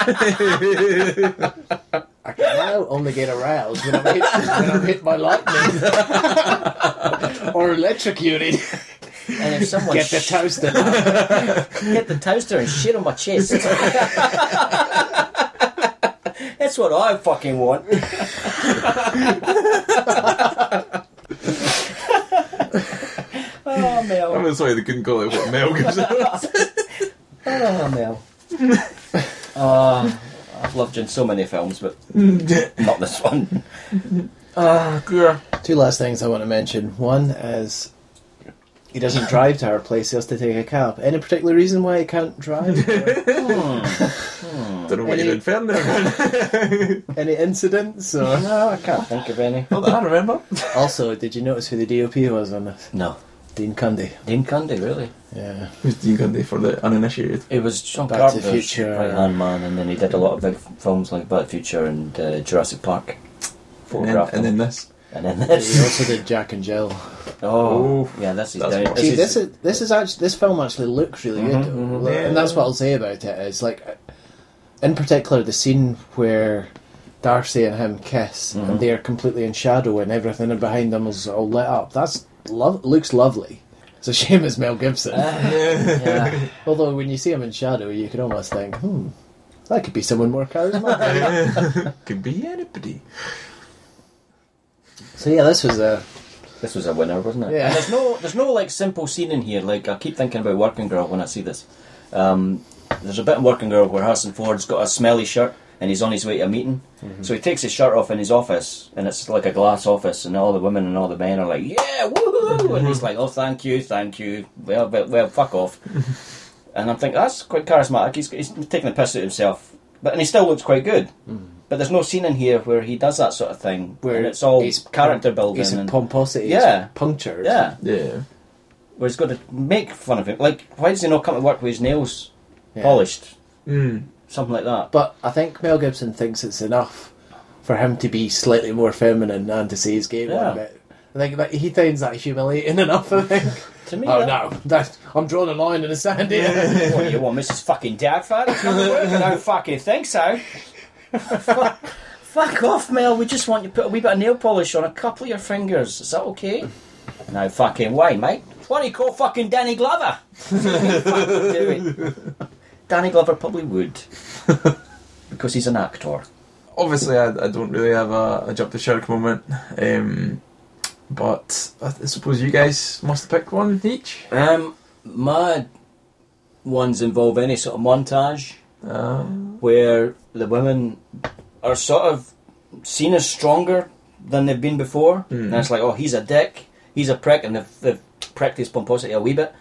Speaker 3: I can now only get aroused when I'm hit, when I'm hit by lightning or electrocuted.
Speaker 2: And if someone
Speaker 3: Get the
Speaker 2: sh-
Speaker 3: toaster.
Speaker 2: hit the toaster and shit on my chest. That's what I fucking want. oh,
Speaker 1: I
Speaker 2: Mel.
Speaker 1: mean, sorry, they couldn't call it what Mel gives us.
Speaker 2: Oh, Mel. Uh, I've loved you in so many films, but not this one.
Speaker 1: Ah, yeah.
Speaker 3: Two last things I want to mention. One is he doesn't drive to our place; he has to take a cab. Any particular reason why he can't drive? Or
Speaker 1: Don't know what you're inferring there, man.
Speaker 3: any incidents? Or...
Speaker 2: No, I can't think of any.
Speaker 1: Not that I remember.
Speaker 3: Also, did you notice who the DOP was on this?
Speaker 2: No.
Speaker 3: Dean Cundy.
Speaker 2: Dean Cundy, really.
Speaker 3: Yeah.
Speaker 1: Who's Dean Gundy for the uninitiated?
Speaker 2: It was John
Speaker 3: Back to the
Speaker 2: Carpenter's
Speaker 3: Future.
Speaker 2: right hand man, and then he did a lot of big films like Back to the Future and uh, Jurassic Park.
Speaker 1: And then,
Speaker 2: Photographed
Speaker 1: and then
Speaker 2: him.
Speaker 1: this.
Speaker 2: and then
Speaker 3: He
Speaker 2: this.
Speaker 3: also did Jack and Jill.
Speaker 2: Oh,
Speaker 1: Oof.
Speaker 2: yeah, that's his
Speaker 1: That's
Speaker 2: down.
Speaker 1: worse.
Speaker 3: See,
Speaker 2: This
Speaker 3: this
Speaker 2: is,
Speaker 3: is this is actually this film actually looks really good,
Speaker 2: Mhm, mhm.
Speaker 3: Like, and that's what I'll say about it. It's like, uh, in particular, the scene where Darcy and him kiss,
Speaker 2: Mm-hmm.
Speaker 3: and they are completely in shadow, and everything behind them is all lit up. That's lo- looks lovely. It's a shame it's Mel Gibson.
Speaker 2: yeah.
Speaker 3: Although when you see him in shadow, you can almost think, hmm, that could be someone more charismatic.
Speaker 1: Could be anybody.
Speaker 3: so yeah, this was a
Speaker 2: this was a winner, wasn't it?
Speaker 3: Yeah.
Speaker 2: And there's no, there's no like simple scene in here. Like I keep thinking about Working Girl when I see this. Um, there's a bit in Working Girl where Harrison Ford's got a smelly shirt and he's on his way to a meeting.
Speaker 3: Mm-hmm.
Speaker 2: So he takes his shirt off in his office, and it's like a glass office, and all the women and all the men are like, "Yeah, woohoo!" and he's like, "Oh, thank you, thank you. Well, well, well fuck off." and I'm thinking that's quite charismatic. He's, he's taking the piss out of himself, but and he still looks quite good.
Speaker 3: Mm.
Speaker 2: But there's no scene in here where he does that sort of thing. Where and it's all
Speaker 3: he's-
Speaker 2: character building.
Speaker 3: He's a
Speaker 2: and-
Speaker 3: pomposity. he's
Speaker 2: Yeah.
Speaker 3: punctured.
Speaker 2: yeah,
Speaker 1: Yeah.
Speaker 2: where he's got to make fun of him. Like, why does he not come to work with his nails
Speaker 3: Yeah.
Speaker 2: polished?
Speaker 3: Hmm.
Speaker 1: Mm.
Speaker 2: Something like that.
Speaker 3: But I think Mel Gibson thinks it's enough for him to be slightly more feminine and to see his game
Speaker 2: Yeah.
Speaker 3: one bit. I think that he finds that humiliating enough. I think.
Speaker 2: to me,
Speaker 3: oh
Speaker 2: that-
Speaker 3: no, that's, I'm drawing a line in the sand here.
Speaker 2: What you want, Mrs. Fucking Doubtfire? to come to work? I don't fucking think so. fuck, fuck off, Mel. We just want you to put a wee bit of nail polish on a couple of your fingers. Is that okay? No fucking way, mate. Why don't you call fucking Danny Glover? Fucking do it. Danny Glover probably would. Because he's an actor.
Speaker 1: Obviously, I, I don't really have a, a jump the shark moment. Um, but I, I suppose you guys must have picked one each.
Speaker 2: Um, my ones involve any sort of montage
Speaker 1: Um,
Speaker 2: where the women are sort of seen as stronger than they've been before,
Speaker 1: Hmm.
Speaker 2: and it's like, oh, he's a dick, he's a prick, and they've, they've pricked his pomposity a wee bit.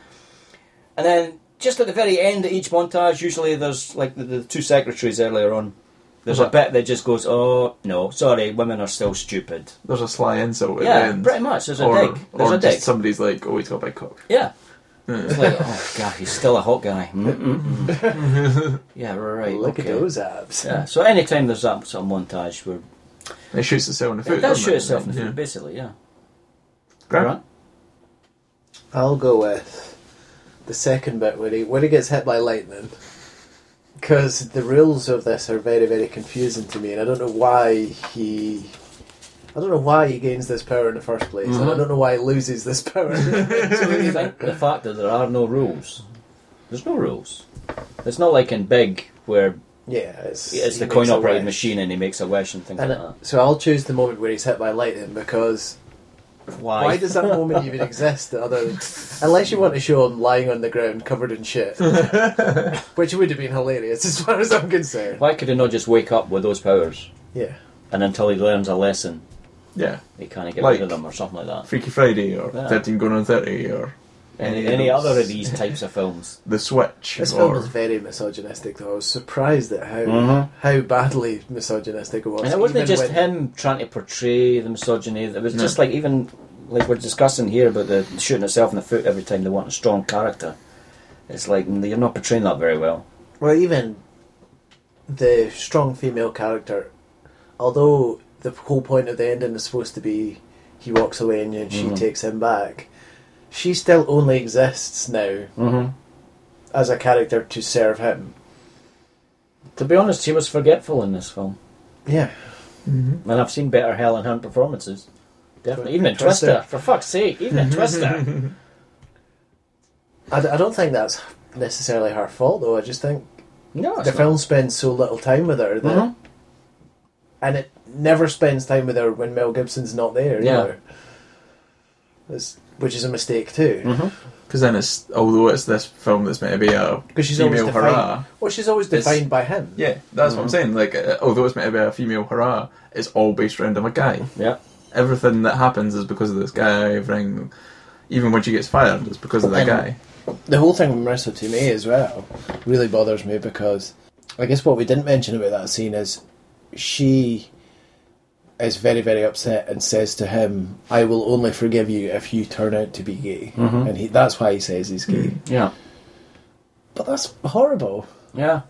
Speaker 2: And then just at the very end of each montage, usually there's like the, the two secretaries earlier on. There's a
Speaker 1: Right.
Speaker 2: bit that just goes, oh no, sorry, women are still stupid.
Speaker 1: there's a sly insult
Speaker 2: yeah,
Speaker 1: at the end.
Speaker 2: pretty much. There's a
Speaker 1: or
Speaker 2: dick. There's
Speaker 1: or
Speaker 2: a
Speaker 1: just
Speaker 2: dick.
Speaker 1: somebody's like, oh, he's got a big cock.
Speaker 2: Yeah.
Speaker 1: Hmm.
Speaker 2: It's like, oh god, he's still a hot guy. Mm-mm-mm. yeah, right.
Speaker 3: Look
Speaker 2: okay.
Speaker 3: at those abs.
Speaker 2: Yeah. So anytime there's that sort of montage where
Speaker 1: It shoots itself in the foot.
Speaker 2: it does
Speaker 1: doesn't
Speaker 2: shoot itself in the
Speaker 1: Yeah.
Speaker 2: foot, basically, yeah.
Speaker 1: Grant?
Speaker 2: Right?
Speaker 3: I'll go with the second bit where he when he gets hit by lightning. Because the rules of this are very, very confusing to me, and I don't know why he, I don't know why he gains this power in the first place,
Speaker 2: Mm-hmm.
Speaker 3: and I don't know why he loses this power.
Speaker 2: I think the fact that there are no rules. There's no rules. It's not like in Big where
Speaker 3: Yeah, it's,
Speaker 2: it's
Speaker 3: he
Speaker 2: the coin
Speaker 3: makes a
Speaker 2: operated
Speaker 3: wish.
Speaker 2: machine and he makes a wish and things
Speaker 3: And
Speaker 2: like
Speaker 3: uh,
Speaker 2: that.
Speaker 3: so I'll choose the moment where he's hit by lightning because
Speaker 2: Why?
Speaker 3: why does that moment even exist? Other than, unless you want to show him lying on the ground covered in shit, which would have been hilarious as far as I'm concerned.
Speaker 2: why could he not just wake up with those powers
Speaker 3: Yeah,
Speaker 2: and until he learns a lesson
Speaker 1: Yeah.
Speaker 2: he can't get
Speaker 1: Like-
Speaker 2: rid of them or something like that?
Speaker 1: Freaky Friday or
Speaker 2: Yeah.
Speaker 1: 13 going on 30 or
Speaker 2: Any,
Speaker 1: of
Speaker 2: any
Speaker 1: those-
Speaker 2: other of these types of films?
Speaker 1: The Switch.
Speaker 3: this film
Speaker 1: or,
Speaker 3: was very misogynistic. Though I was surprised at how
Speaker 2: Mhm.
Speaker 3: how badly misogynistic it was.
Speaker 2: And it wasn't
Speaker 3: even
Speaker 2: just
Speaker 3: when-
Speaker 2: him trying to portray the misogyny. It was
Speaker 1: No.
Speaker 2: just like even like we're discussing here about the shooting itself in the foot every time they want a strong character. It's like mm, you're not portraying that very well.
Speaker 3: Well, even the strong female character, although the whole point of the ending is supposed to be he walks away and then she
Speaker 2: Mm-hmm.
Speaker 3: takes him back, she still only exists now
Speaker 2: Mm-hmm.
Speaker 3: as a character to serve him.
Speaker 2: To be honest, he was forgetful in this film,
Speaker 3: Yeah.
Speaker 2: and I've seen better Helen Hunt performances. Definitely, even in
Speaker 3: Twister.
Speaker 2: Twister. For fuck's sake, even in Twister.
Speaker 3: I, d- I don't think that's necessarily her fault, though. I just think
Speaker 2: No, it's
Speaker 3: the
Speaker 2: not.
Speaker 3: film spends so little time with her that
Speaker 2: Mhm.
Speaker 3: and it never spends time with her when Mel Gibson's not there.
Speaker 2: Yeah.
Speaker 3: either. That's- which is a mistake too, because
Speaker 1: Because then it's although it's this film that's meant to be a
Speaker 3: she's
Speaker 1: female
Speaker 3: always defined.
Speaker 1: hurrah.
Speaker 3: Well, she's always
Speaker 1: It's-
Speaker 3: defined by him.
Speaker 1: Yeah, that's
Speaker 2: Mm-hmm.
Speaker 1: what I'm saying. Like uh, although it's meant to be a female hurrah, it's all based around him a guy.
Speaker 2: Yeah.
Speaker 1: Everything that happens is because of this guy. Everything, even when she gets fired, it's because of that
Speaker 3: And-
Speaker 1: guy.
Speaker 3: The whole thing with Marissa to me as well really bothers me because I guess what we didn't mention about that scene is she is very, very upset and says to him, I will only forgive you if you turn out to be gay. And he, that's why he says he's gay.
Speaker 2: Yeah.
Speaker 3: But that's horrible.
Speaker 2: Yeah.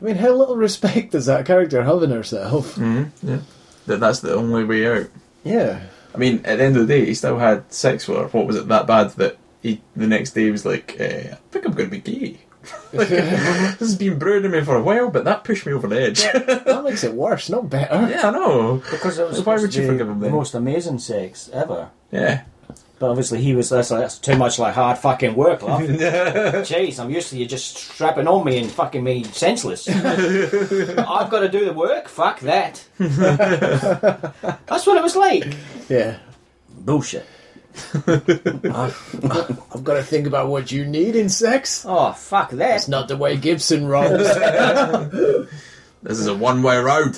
Speaker 3: I mean, how little respect does that character have in herself?
Speaker 1: Yeah, that that's the only way out.
Speaker 3: Yeah.
Speaker 1: I mean, at the end of the day, he still had sex with her. What was it that bad that he the next day he was like, eh, I think I'm going to be gay. like, this has been brewing in me for a while, but that pushed me over the edge. yeah,
Speaker 3: That makes it worse, not better.
Speaker 1: I know.
Speaker 2: Because it was
Speaker 1: Why
Speaker 2: supposed
Speaker 1: would
Speaker 2: to
Speaker 1: you
Speaker 2: be
Speaker 1: forgive him
Speaker 2: the
Speaker 1: then?
Speaker 2: most amazing sex ever.
Speaker 1: Yeah,
Speaker 2: But obviously he was that's, like, that's too much like hard fucking work, love. Jeez, I'm used to you just strapping on me and fucking me senseless. I've got to do the work. Fuck that. that's what it was like.
Speaker 3: Yeah.
Speaker 2: Bullshit.
Speaker 3: I've got to think about what you need in sex.
Speaker 2: Oh fuck that.
Speaker 3: That's not the way Gibson rolls.
Speaker 1: this is a one way road.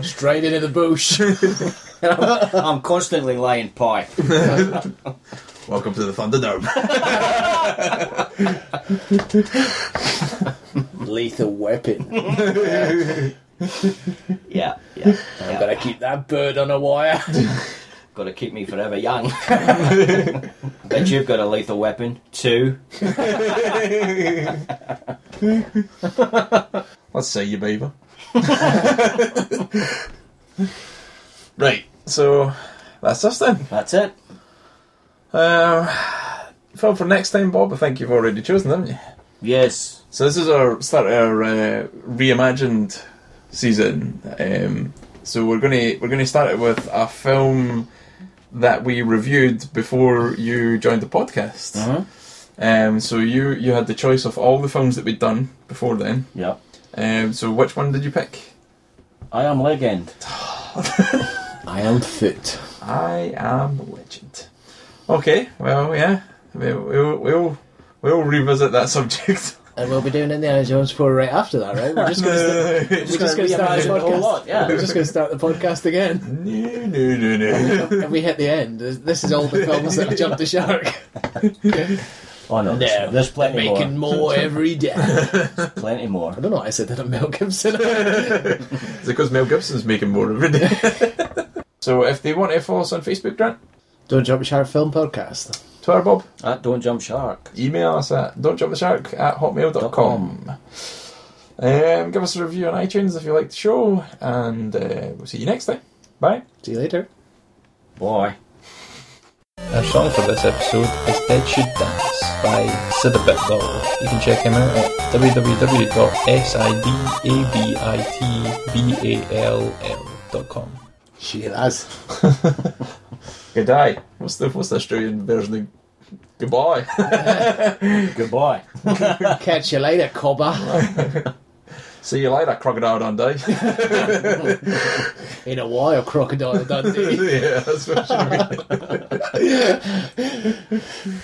Speaker 3: Straight into the bush.
Speaker 2: I'm constantly laying pipe.
Speaker 1: Welcome to the Thunderdome.
Speaker 3: Lethal weapon.
Speaker 2: Yeah, yeah.
Speaker 3: I've got to keep that bird on a wire.
Speaker 2: Got to keep me forever young. Bet you've got a lethal weapon too.
Speaker 1: Let's see you, beaver. right, so that's us then.
Speaker 2: That's it.
Speaker 1: Um, film for next time, Bob. I think you've already chosen, haven't you?
Speaker 2: Yes.
Speaker 1: So this is our start of our uh, reimagined season. Um, so we're gonna we're gonna start it with a film that we reviewed before you joined the podcast. Um, so you you had the choice of all the films that we'd done before then.
Speaker 2: Yeah.
Speaker 1: Um, so which one did you pick?
Speaker 2: I am legend.
Speaker 3: I am fit.
Speaker 1: I am legend. Okay, well, yeah, we, we'll we'll we'll revisit that subject.
Speaker 3: And we'll be doing Indiana Jones 4 right after that, right? We're just going to
Speaker 1: no,
Speaker 3: we're just gonna start the
Speaker 2: reimagine the whole
Speaker 3: podcast.
Speaker 2: lot, yeah.
Speaker 3: We're just going to start the podcast again.
Speaker 1: no, no, no.
Speaker 3: and we hit the end. This is all the films that have jumped the shark.
Speaker 2: Oh no, there's, there's plenty
Speaker 3: Making
Speaker 2: more.
Speaker 3: more every day. I
Speaker 2: Plenty more.
Speaker 3: don't know why I said that on Mel Gibson.
Speaker 1: It's because Mel Gibson's making more every day. so if they want to follow us on Facebook, Grant,
Speaker 3: Don't Jump Shark Film Podcast.
Speaker 1: Twitter, Bob,
Speaker 2: That Uh, don't jump shark.
Speaker 1: email us at don't jump the shark at hotmail.com. Um, give us a review on iTunes if you like the show, and uh, we'll see you next time. Bye.
Speaker 3: See you later.
Speaker 2: Boy.
Speaker 1: Our song for this episode is Dead Should Dance by Sidabit Love. You can check him out at www.sidabitball.com.
Speaker 3: She has.
Speaker 1: Good day. What's the, what's the Australian version of goodbye?
Speaker 2: Goodbye.
Speaker 3: Catch you later, cobber.
Speaker 1: See you later, Crocodile Dundee.
Speaker 3: In a while, Crocodile Dundee.
Speaker 1: yeah, that's what I should be.